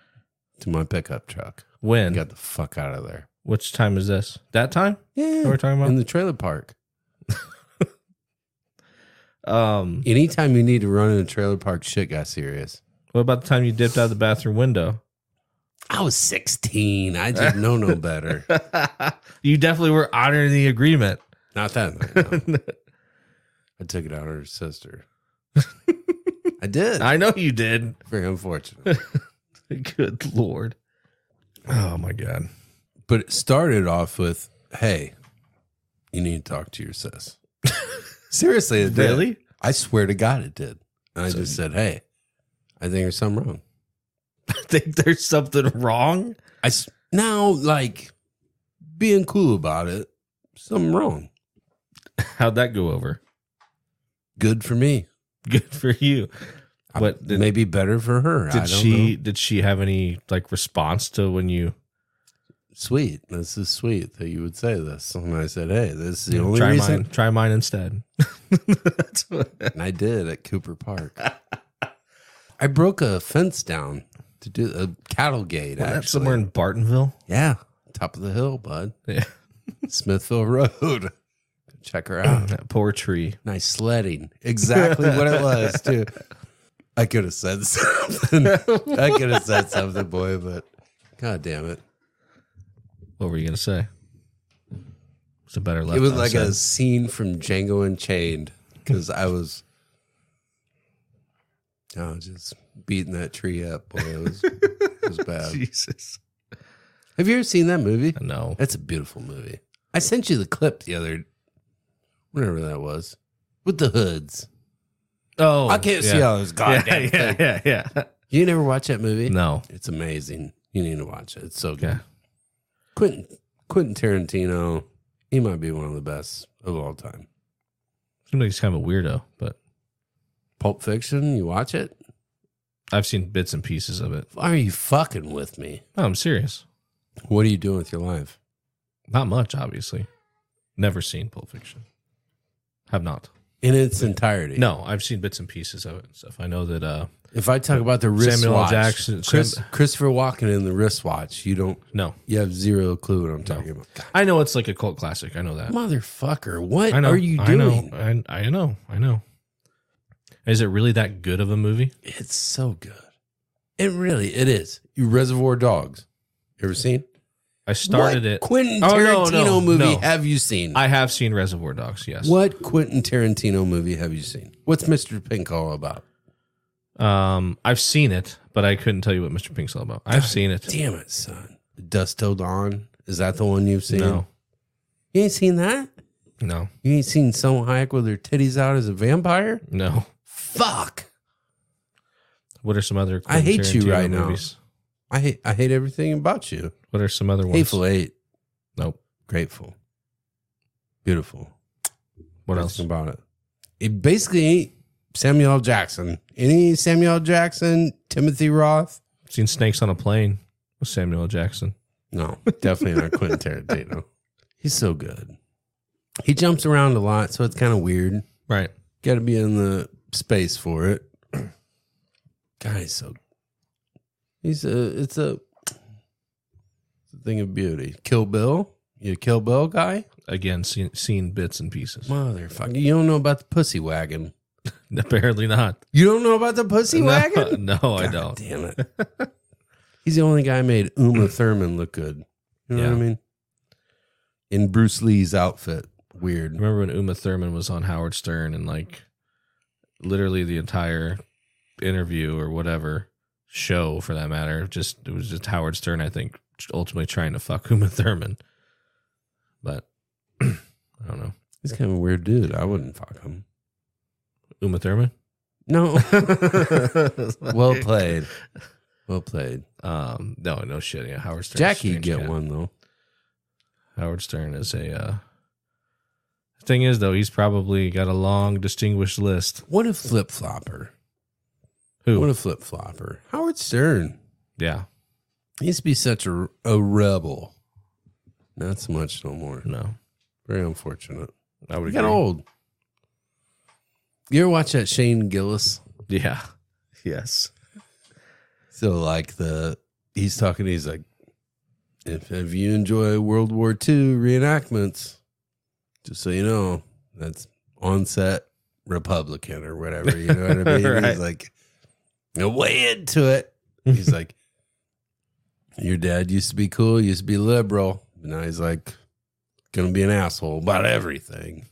to my pickup truck. when? and got the fuck out of there. Which time is this? That time? Yeah, That we're talking about? in the trailer park. Um, Anytime you need to run in a trailer park, shit got serious. What about the time you dipped out of the bathroom window? I was 16. I didn't know no better. you definitely were honoring the agreement. Not that night. no. I took it out on her sister. I did. I know you did. Very unfortunate. Good lord. Oh my god. But it started off with, "Hey, you need to talk to your sis." Seriously, it did. Really? I swear to God, it did. And I just said, "Hey, I think there's something wrong." I think there's something wrong. I s- now like being cool about it. Something wrong. How'd that go over? Good for me. Good for you. I- What did, Maybe better for her. I did don't she know. did she have any like response to when you Sweet. This is sweet that you would say this. And I said, "Hey, this is the only try reason." mine try mine instead? That's what- and I did at Cooper Park. I broke a fence down to do a cattle gate. Wasn't that actually. somewhere in Bartonville. yeah, top of the hill, bud. Yeah. Smithville Road. Check her out. That poor tree. nice sledding. Exactly what it was, too. I could have said something. I could have said something, boy, but god damn it. What were you gonna say? It's a better left. It was like unsaid. a scene from Django Unchained because I was, I was just beating that tree up. Boy, it was, it was bad. Jesus. Have you ever seen that movie? No. That's a beautiful movie. I sent you the clip the other, whenever that was, with the hoods. Oh, I can't see all those goddamn yeah, things. yeah, yeah, yeah. You never watch that movie? No. It's amazing. You need to watch it. It's so good. Okay. Quentin Quentin Tarantino, he might be one of the best of all time. Seems like he's kind of a weirdo, but Pulp Fiction, you watch it? I've seen bits and pieces of it. Why are you fucking with me? No, I'm serious. What are you doing with your life? Not much, obviously. Never seen Pulp Fiction. Have not. In its entirety. No, I've seen bits and pieces of it and stuff. I know that uh If I talk about the wristwatch, Samuel L. Jackson- Chris, Sam- Christopher Walken in the wristwatch, you don't, no. you have zero clue what I'm talking about. God, I know it's like a cult classic. I know that. motherfucker, what I know. are you I know, doing? I, I know. I know. Is it really that good of a movie? It's so good. It really, it is. You Reservoir Dogs, you ever seen? I started What it. Quentin Oh, Tarantino no, no, movie no. have you seen? I have seen Reservoir Dogs, yes. what Quentin Tarantino movie have you seen? What's Mr. Pink all about? Um, I've seen it, but I couldn't tell you what Mr. Pink's all about. I've seen it. Damn it, son. Dust Till Dawn. Is that the one you've seen? No, You ain't seen that? no, You ain't seen Selma Hayek with her titties out as a vampire? no. Fuck. What are some other? I hate you Tarantino right now. I hate I hate everything about you. What are some other ones? Hateful Eight. Nope. Grateful. Beautiful. What else? Everything about it? It basically ain't Samuel L. Jackson. Any Samuel L. Jackson, Timothy Roth? Seen Snakes on a Plane with Samuel L. Jackson. No, definitely not Quentin Tarantino. He's so good. He jumps around a lot, so it's kind of weird. Right. Got to be in the space for it. God, he's so. He's a. It's a. It's a thing of beauty. Kill Bill. You a Kill Bill guy? Again, seen, seen bits and pieces. Motherfucker. You don't know about the pussy wagon. Apparently not. You don't know about the pussy no, wagon? No, I God don't. Damn it. he's the only guy who made Uma Thurman look good. You know what I Yeah. mean? In Bruce Lee's outfit. Weird. Remember when Uma Thurman was on Howard Stern and like literally the entire interview or whatever show for that matter, just it was just Howard Stern, I think, ultimately trying to fuck Uma Thurman. But I don't know. He's kind of a weird dude. I wouldn't fuck him. Uma Thurman? No. well played. Well played. Um, no, no shit. Yeah, Howard Stern. Jackie would get one though. Howard Stern is a. Uh, thing is, though, he's probably got a long, distinguished list. What a flip flopper. Who? What a flip flopper. Howard Stern. yeah, He used to be such a, a rebel. Not so much no more. no, Very unfortunate. I would He agree. got old. You ever watch that Shane Gillis? Yeah, yes, So like the he's talking, he's like, If, if you enjoy World War II reenactments, just so you know, that's onset Republican or whatever. You know what I mean? Right. He's like, "No way into it. He's like, your dad used to be cool, used to be liberal. And now he's like, gonna be an asshole about everything.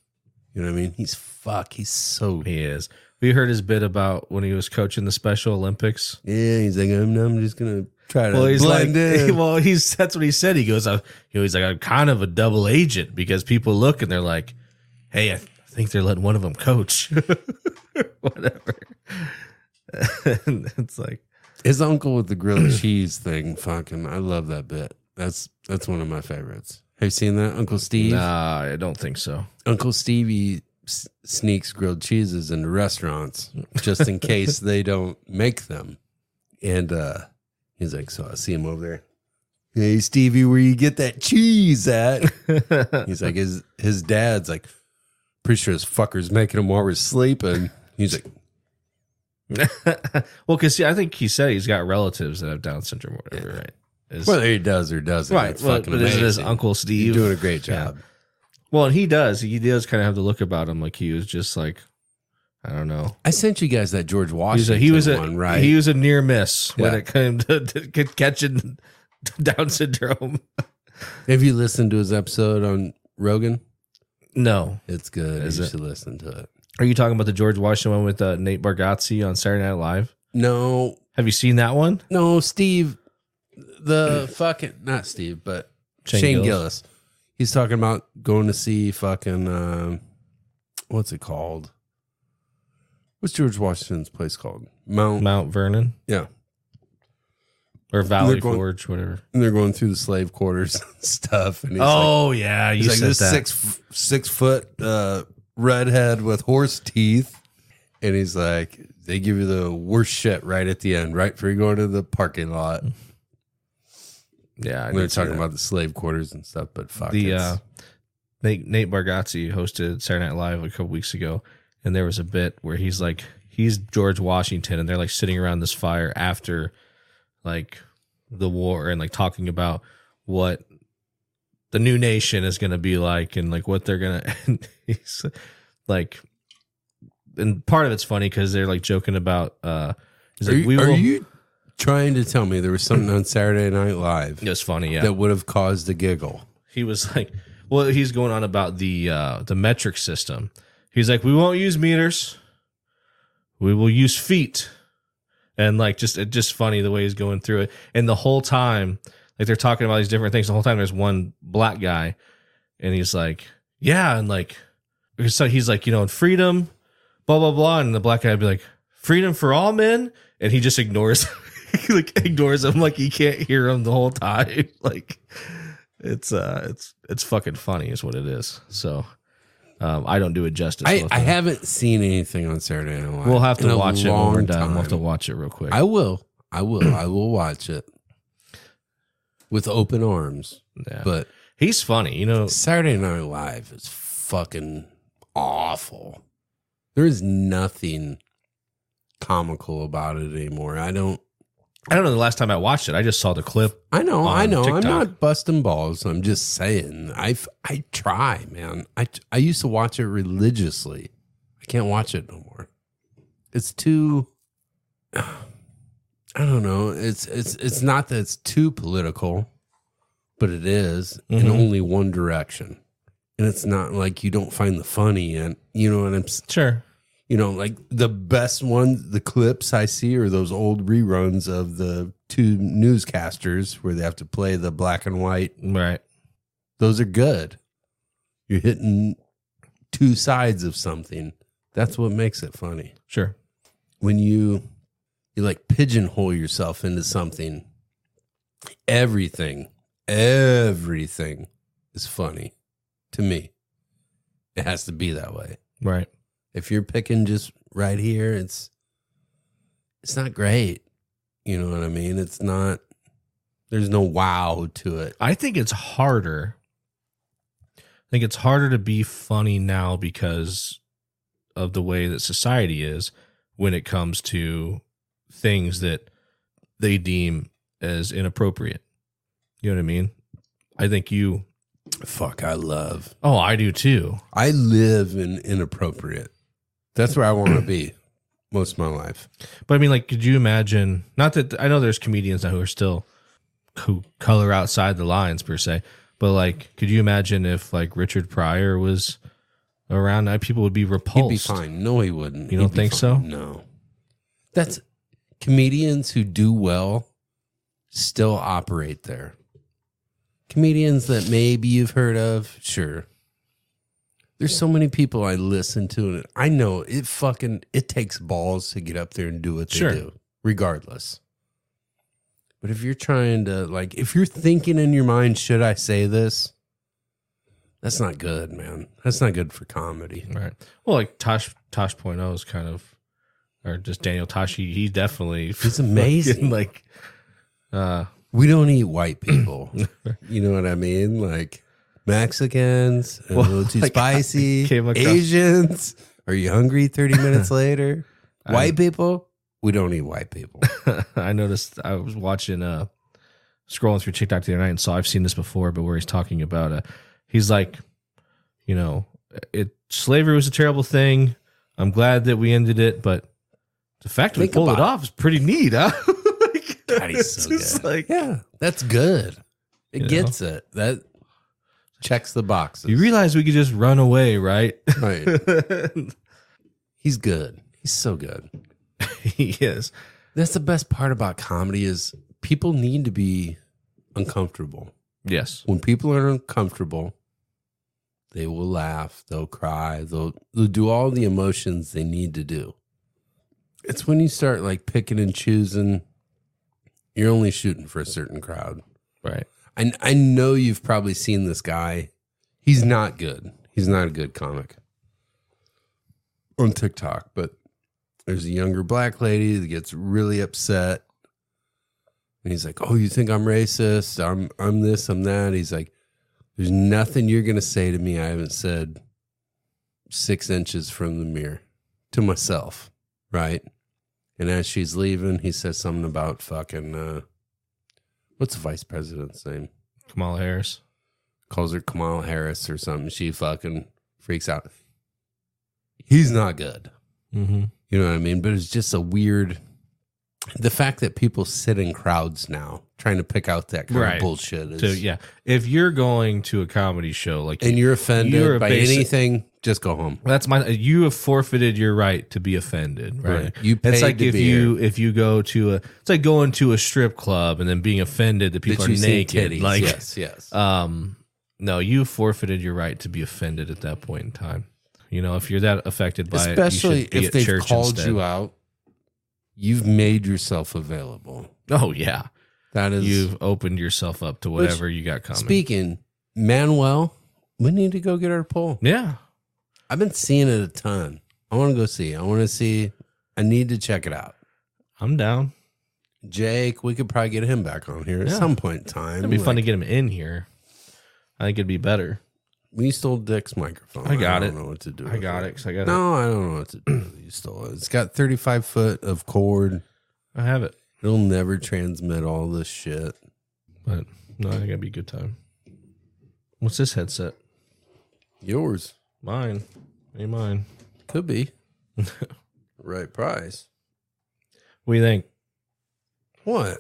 You know what I mean? He's fuck. He's so Oh, He is. We heard his bit about when he was coaching the Special Olympics. yeah. He's like, I'm, I'm just gonna try to Well, he's blend like, in. well, he's that's what he said. He goes, I, he was like, I'm kind of a double agent because people look and they're like, hey, I think they're letting one of them coach, whatever. and it's like, His uncle with the grilled cheese thing. Fucking, I love that bit. That's that's one of my favorites. Have you seen that Uncle Steve? nah, I don't think so. Uncle Stevie s- sneaks grilled cheeses into restaurants just in case they don't make them. And uh, he's like, so I see him over there. Hey Stevie, where you get that cheese at? He's like, his his dad's like, pretty sure this fucker's making him while we're sleeping. He's like, well, because see, I think he said he's got relatives that have Down syndrome, or whatever, right? Is- whether he does or doesn't, right. it's Well, fucking but is it his amazing. uncle Steve? You're doing a great job. Well, and he does. He does kind of have the look about him, like he was just like, I don't know. I sent you guys that George He's Washington a, he was a one, right? he was a near miss when Yeah. it came to, to catching Down syndrome. Have you listened to his episode on Rogan? No, It's good. Is you it? should listen to it. are you talking about the George Washington one with uh, Nate Bargatze on Saturday Night Live? No, Have you seen that one? no, Steve, the fucking not Steve, but Shane, Shane Gillis. Gillis. He's talking about going to see fucking um, what's it called? What's George Washington's place called? Mount. Mount Vernon Yeah, or Valley They're going- Forge, whatever. and they're going through the slave quarters and stuff. And he's like, oh yeah, you he's like said this that. six six foot uh, redhead with horse teeth, and he's like, they give you the worst shit right at the end, right before you go to the parking lot. yeah, I we were did see talking that. about the slave quarters and stuff, but fuck the it's- uh, Nate Nate Bargatze hosted Saturday Night Live a couple weeks ago, and there was a bit where he's like he's George Washington, and they're like sitting around this fire after like the war and like talking about what the new nation is going to be like and like what they're going to and he's like and part of it's funny cuz they're like joking about uh he's are, like, you, we are will you trying to tell me there was something on Saturday Night Live it was funny yeah that would have caused a giggle? he was like well he's going on about the uh the metric system he's like we won't use meters we will use feet and like just it just funny the way he's going through it and the whole time like they're talking about these different things the whole time there's one black guy and he's like yeah and like so he's like you know in freedom blah blah blah and the black guy would be like freedom for all men and he just ignores he like ignores him like he can't hear him the whole time like it's uh it's it's fucking funny is what it is so um i don't do it justice I, We'll I have to- haven't seen anything on Saturday Night Live. we'll have in a to watch it when we're long done we'll have to time. watch it real quick I will. I will. I will watch it with open arms. yeah. But he's funny you know Saturday Night Live is fucking awful. There is nothing comical about it anymore. I don't i don't know the last time i watched it i just saw the clip I know, I on know. TikTok. I'm not busting balls. I'm just saying. I I try, man. I I used to watch it religiously. I can't watch it no more. It's too. I don't know. It's it's it's not that it's too political, but it is in Mhm. only one direction, and it's not like you don't find the funny in. You know what I'm s- sure you know, like the best ones, the clips I see are those old reruns of the two newscasters where they have to play the black and white. right Those are good. You're hitting two sides of something. That's what makes it funny. sure When you you like pigeonhole yourself into something, everything, everything is funny to me. It has to be that way right if you're picking just right here it's it's not great you know what i mean it's not there's no wow to it I think it's harder. I think it's harder to be funny now because of the way that society is when it comes to things that they deem as inappropriate. You know what I mean? I think you. Fuck, I love. Oh, I do too. I live in inappropriate. That's where I want to be most of my life. But I mean, like, could you imagine? Not that I know there's comedians now who are still who color outside the lines per se, but like, could you imagine if like Richard Pryor was around? I, people would be He'd repulsed. be fine. No, he wouldn't. You don't He'd be think so? No. That's comedians who do well still operate there. Comedians that maybe you've heard of, sure. There's so many people I listen to, and I know it fucking it takes balls to get up there and do what they Sure. do, regardless. But if you're trying to like, if you're thinking in your mind, should I say this? That's not good, man. That's not good for comedy. Right. Well, like Tosh Tosh Point oh is kind of, or just Daniel Tosh. He, he definitely He's amazing. like, uh, we don't eat white people. you know what I mean? Like Mexicans, a Well, little too like, I spicy. came across- Asians, are you hungry 30 minutes later? I- White people, we don't eat white people. I noticed I was watching uh scrolling through TikTok the other night and saw I've seen this before, but where he's talking about uh he's like, you know, it slavery was a terrible thing. I'm glad that we ended it, but the fact we Think pulled it about it. off is pretty neat, huh? like, God, he's it's so just good. like yeah, that's good. It You know? gets it. That checks the boxes. you realize we could just run away, right? right. He's good. He's so good. he is. That's the best part about comedy is people need to be uncomfortable. Yes. when people are uncomfortable, they will laugh, they'll cry, they'll, they'll do all the emotions they need to do. It's when you start like picking and choosing, you're only shooting for a certain crowd. Right. I, I know you've probably seen this guy. He's not good. He's not a good comic on TikTok, but there's a younger black lady that gets really upset. And he's like, Oh, you think I'm racist? I'm I'm this, I'm that. He's like, There's nothing you're gonna say to me I haven't said six inches from the mirror to myself, right? And as she's leaving, he says something about fucking uh what's the vice president's name? Kamala Harris. calls her Kamala Harris or something. She fucking freaks out. He's not good. Mm-hmm. You know what I mean? But it's just a weird. The fact that people sit in crowds now trying to pick out that kind Right. of bullshit is. So yeah, if you're going to a comedy show, like And you're offended You're a by basic- anything, just go home. That's my. You have forfeited your right to be offended, right? Right. You It's paid like to if be you if you go to a. It's like going to a strip club and then being offended that people That you are see naked. titties. Like, uh, yes, yes. um, no, you forfeited your right to be offended at that point in time. You know, if you're that affected by Especially it, you should be if at they've church called instead. you out, you've made yourself available. Oh yeah, That is you've opened yourself up to whatever you got coming. speaking. Manuel, we need to go get our poll. Yeah, I've been seeing it a ton. I want to go see. I want to see. I need to check it out. I'm down. Jake, we could probably get him back on here at Yeah. some point in time. It'd be fun to Like, get him in here. I think it'd be better. We stole Dick's microphone. I got don't it. know what to do. I with got it. 'cause I got it. No, I don't know what to do. with it. You stole it. It's got 35 foot of cord. I have it. It'll never transmit all this shit. But no, I think it'd be a good time. What's this headset? Yours Mine. Ain't mine. could be right price. What do you think? What?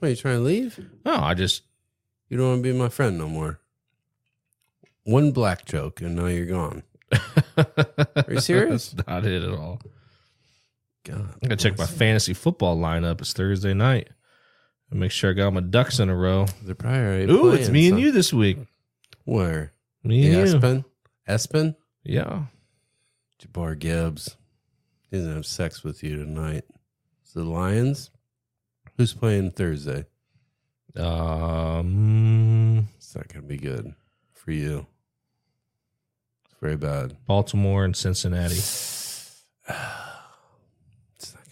What are you trying to leave? Oh, I just You don't want to be my friend no more. One black joke and now you're gone. Are you serious? Not it at all. God, I gotta check my bless. fantasy football lineup. It's Thursday night. And make sure I got my ducks in a row. They're probably already Ooh, it's playing me and some- you this week. Where? Me and you. Espen? Espen? Yeah. Jabbar Gibbs. He doesn't have sex with you tonight. It's the Lions. Who's playing Thursday? Um It's not going to be good for you. It's very bad. Baltimore and Cincinnati. It's not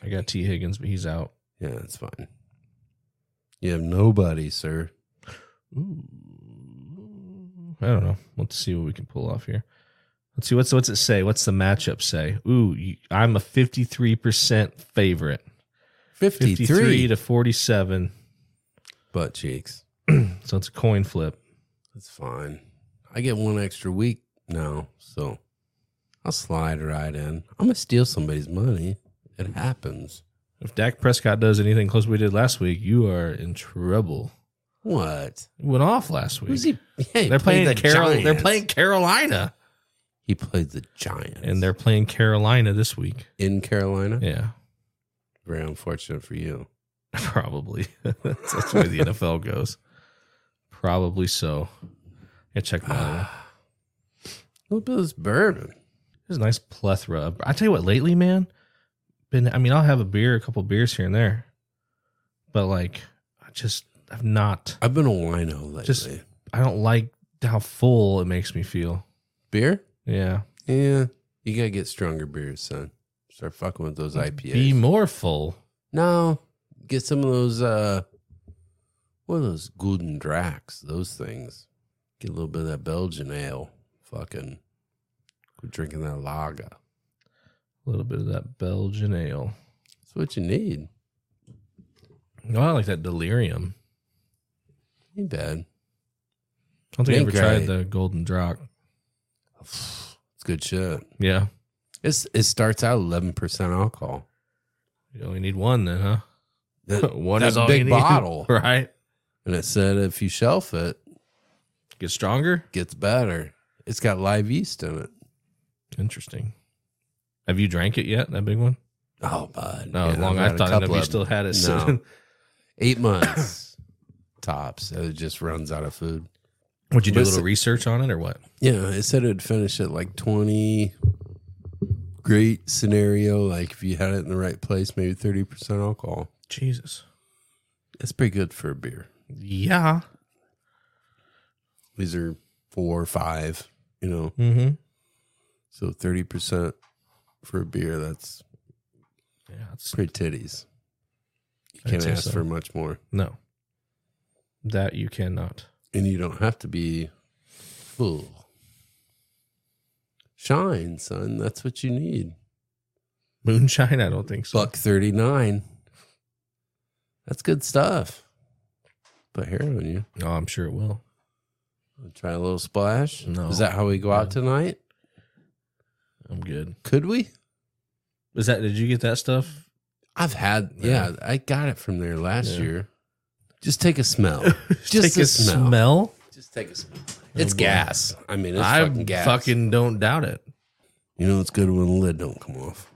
I gonna got T. Higgins, but he's out. be- yeah, it's fine. You have nobody, sir. Ooh. I don't know. Let's see what we can pull off here. Let's see what's what's it say? What's the matchup say? Ooh, you, I'm a 53% favorite. 53. 53 to 47. butt cheeks. So it's a coin flip. That's fine. I get one extra week now, so I'll slide right in. I'm gonna steal somebody's money. It happens. If Dak Prescott does anything close to what we did last week, you are in trouble. What? He went off last week. Who's he? Yeah, he They're played playing Carol. They're Giants. playing Carolina, He played the Giants, and they're playing Carolina this week. in Carolina. Yeah, Very unfortunate for you. probably. that's, that's the way the NFL goes. Probably so. Yeah, check my. other one. What about this bourbon? There's a nice plethora. Of, I tell you what, lately, man, been. I mean, I'll have a beer, a couple beers here and there, but like, I just I've not. I've been a wino lately. Just- I don't like how full it makes me feel. beer? Yeah, Yeah, you gotta get stronger beers, son. Start fucking with those IPAs. be more full. No, get some of those. uh What are those Golden Drax? Those things. Get a little bit of that Belgian ale. Fucking quit drinking that lager. A little bit of that Belgian ale. That's what you need. Oh, I like that delirium. Ain't bad. I don't think I Ain't ever great. tried the golden drock. It's good shit. Yeah. It's it starts out eleven percent alcohol. You only need one then, huh? That- one that is all big you need. bottle. Right. and it said if you shelf it, Get stronger. gets better. It's got live yeast in it. Interesting. Have you drank it yet? That big one? Oh, bud. No, Yeah, I've long. I had a thought I couple you of still had it. No. So- eight months tops. It just runs out of food. Would you do a Listen- little research on it or what? Yeah, it said it'd finish at like 20. Great scenario. Like if you had it in the right place, maybe 30% alcohol. Jesus. That's pretty good for a beer. Yeah. These are four or five, you know. Mm-hmm. So 30% for a beer, that's Yeah. It's, pretty titties. You I'd can't say ask so. for much more. no. That you cannot. And you don't have to be full. Shine, son. That's what you need. Moonshine, I don't think so. buck 39 that's good stuff put hair on you oh, I'm sure it will. Wanna try a little splash No. is that how we go out tonight I'm good. could we Is that did you get that stuff? i've had yeah, Yeah. i got it from there last Yeah. year just take a smell just Take a a smell. smell? just take a smell it's boy. gas i mean it's I fucking gas fucking don't doubt it. you know it's good when the lid don't come off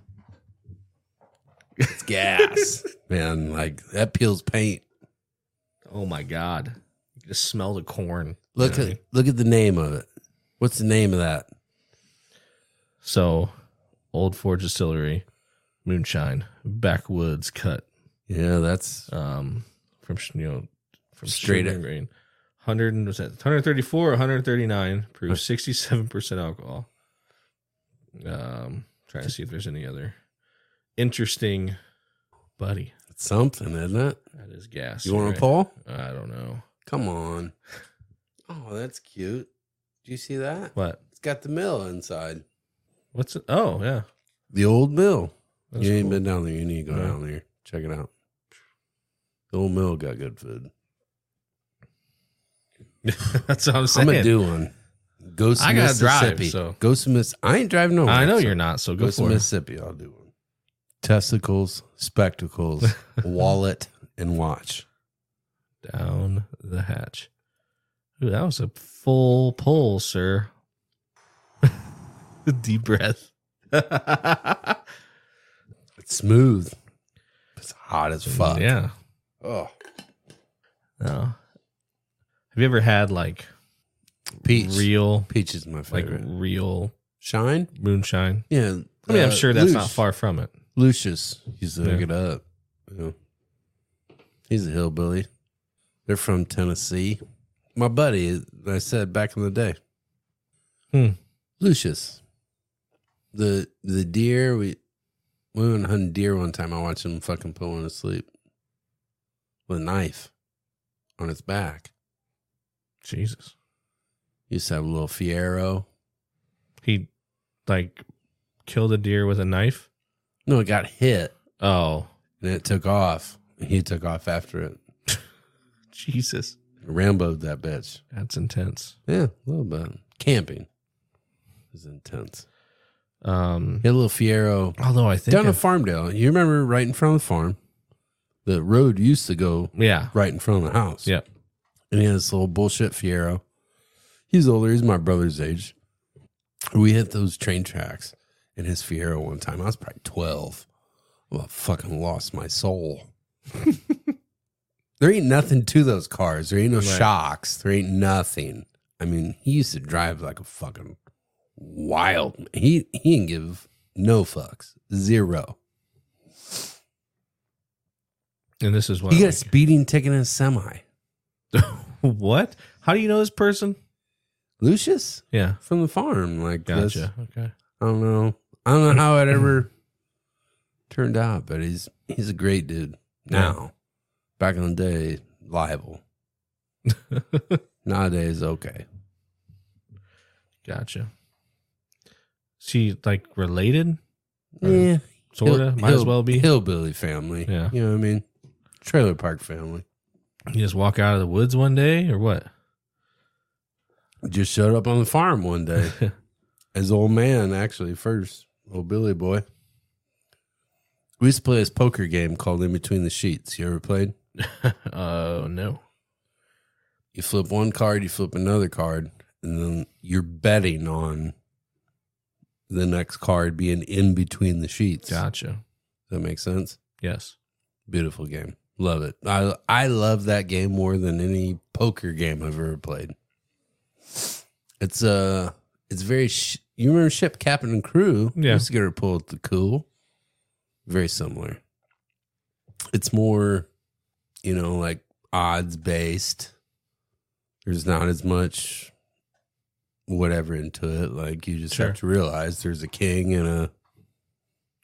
it's gas man like that peels paint Oh my god! You can just smell the corn. look You know what I at mean? look at the name of it what's the name of that so Old Forge Distillery, moonshine, backwoods cut, yeah that's um, from sh- you know from Straight Shooting up. grain. Hundred and was that 134 or 139 proof 67 percent alcohol. Um, trying to see if there's any other interesting, buddy. It's something, isn't it? That is gas. You want to You're right. pull? I don't know Come on. Oh, that's cute. Do you see that? what. It's got the mill inside. What's it? Oh yeah, The old mill. That's you ain't cool. been down there. You need to go No. down there. Check it out. The old mill got good food. That's what I'm I'm saying. gonna do one. Go to I gotta drive, Mississippi. so- Go to Miss. I ain't driving nowhere. I know so you're not, so Go, go to for it. Mississippi. I'll do one. Testicles, spectacles, wallet, and watch. Down the hatch. Ooh, that was a full pull, sir. Deep breath. yeah. It's smooth. It's hot as fuck. Oh, No. Have you ever had like peach. real, Peach is my like favorite. real Shine? moonshine? Yeah. I mean, I'm uh, sure that's not Luce- far from it. Lucius used to hook Yeah. it up. You know. He's a hillbilly. They're from Tennessee. My buddy, I said back in the day. Hmm. Lucius. The the deer we we went hunting deer one time. I watched him fucking put one to sleep with a knife on its back. Jesus. He used to have a little Fiero. He like killed a deer with a knife. No, it got hit Oh, and it took off. He took off after it. Jesus. Ramboed that bitch. That's intense. Yeah, a little bit. Camping is intense. Um, Hit a little Fiero although I think down I- to Farmdale. You remember right in front of the farm, the road used to go yeah, right in front of the house. yeah. and he had this little bullshit Fiero. He's older. He's my brother's age. We hit those train tracks in his Fiero one time. I was probably twelve. Well, I fucking lost my soul. there ain't nothing to those cars. There ain't no Right. shocks. There ain't nothing. I mean, he used to drive like a fucking wild. man. He he didn't give no fucks. Zero. And this is what He got a speeding ticket in a semi. what? How do you know this person? Lucius Yeah, from the farm, like this- gotcha. Okay, I don't know. I don't know how it ever turned out, but he's he's a great dude now. Back in the day, liable. Nowadays, okay. gotcha. She like related, Or Yeah, sorta. Might as well be. hillbilly family. Yeah. you know what I mean. Trailer park family. You just walk out of the woods one day, or what? Just showed up on the farm one day as old man. Actually, first old Billy boy. We used to play this poker game called In Between the Sheets. You ever played? Oh, uh, no. you flip one card, you flip another card, and then you're betting on the next card being in between the sheets. Does Gotcha. that make sense? Yes. Beautiful game. Love it. I I love that game more than any poker game I've ever played. It's uh it's very sh- you remember ship captain and crew? Yeah. Used to get her pull at the cool. Very similar. It's more, you know, like odds based. There's not as much whatever into it. Like you just Sure. have to realize there's a king and a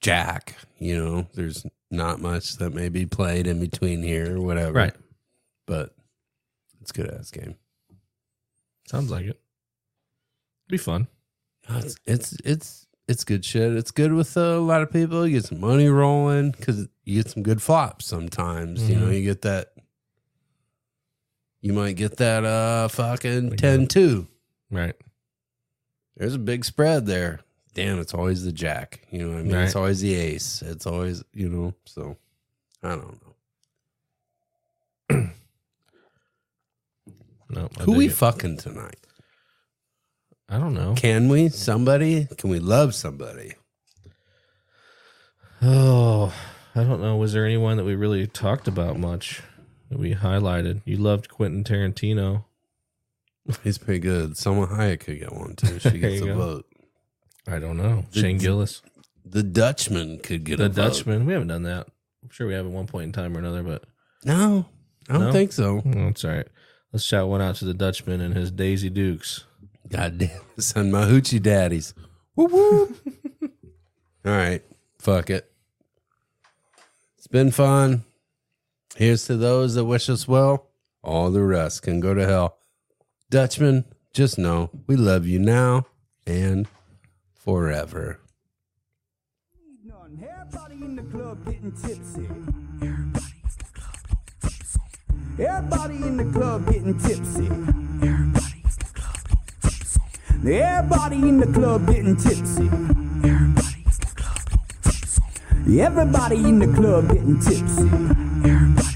jack, you know, there's not much that may be played in between here or whatever. Right. But it's a good ass game. Sounds like it. Be fun. Oh, It's it's it's it's good shit. It's good with a lot of people. You get some money rolling because you get some good flops sometimes. You know, Mhm. you get that. You might get that uh fucking Like 10 2. Right. There's a big spread there. Damn, it's always the jack. You know what I mean? It's Right. always the ace. It's always, you know, so I don't know. No. I Who dig we it. fucking tonight? I don't know. Can we? Somebody? Can we love somebody? Oh, I don't know. Was there anyone that we really talked about much that we highlighted? You loved Quentin Tarantino. He's pretty good. Selma Hayek could get one too. She There gets you a go. vote. I don't know. The- Shane Gillis. The Dutchman could get The a vote. Dutchman. We haven't done that. I'm sure we have at one point in time or another, but No, I don't No? think so. mm, it's all right. Let's shout one out to the Dutchman and his Daisy Dukes. God damn, son, my hoochie daddies. Whoop whoop. All right, fuck it. It's been fun. Here's to those that wish us well. All the rest can go to hell. Dutchman, just know we love you now and forever. None. Everybody in the club getting tipsy. Everybody in the club getting tipsy. Everybody in the club getting tipsy. Everybody in the club getting tipsy.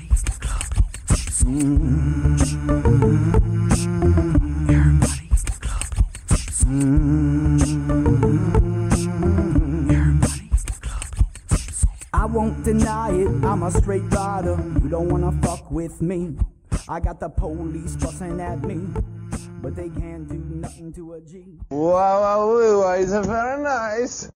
I won't deny it, I'm a straight rider. You don't wanna fuck with me. I got the police fussing at me, but they can't do nothing to a G. Wow, wow, wow, it's very nice.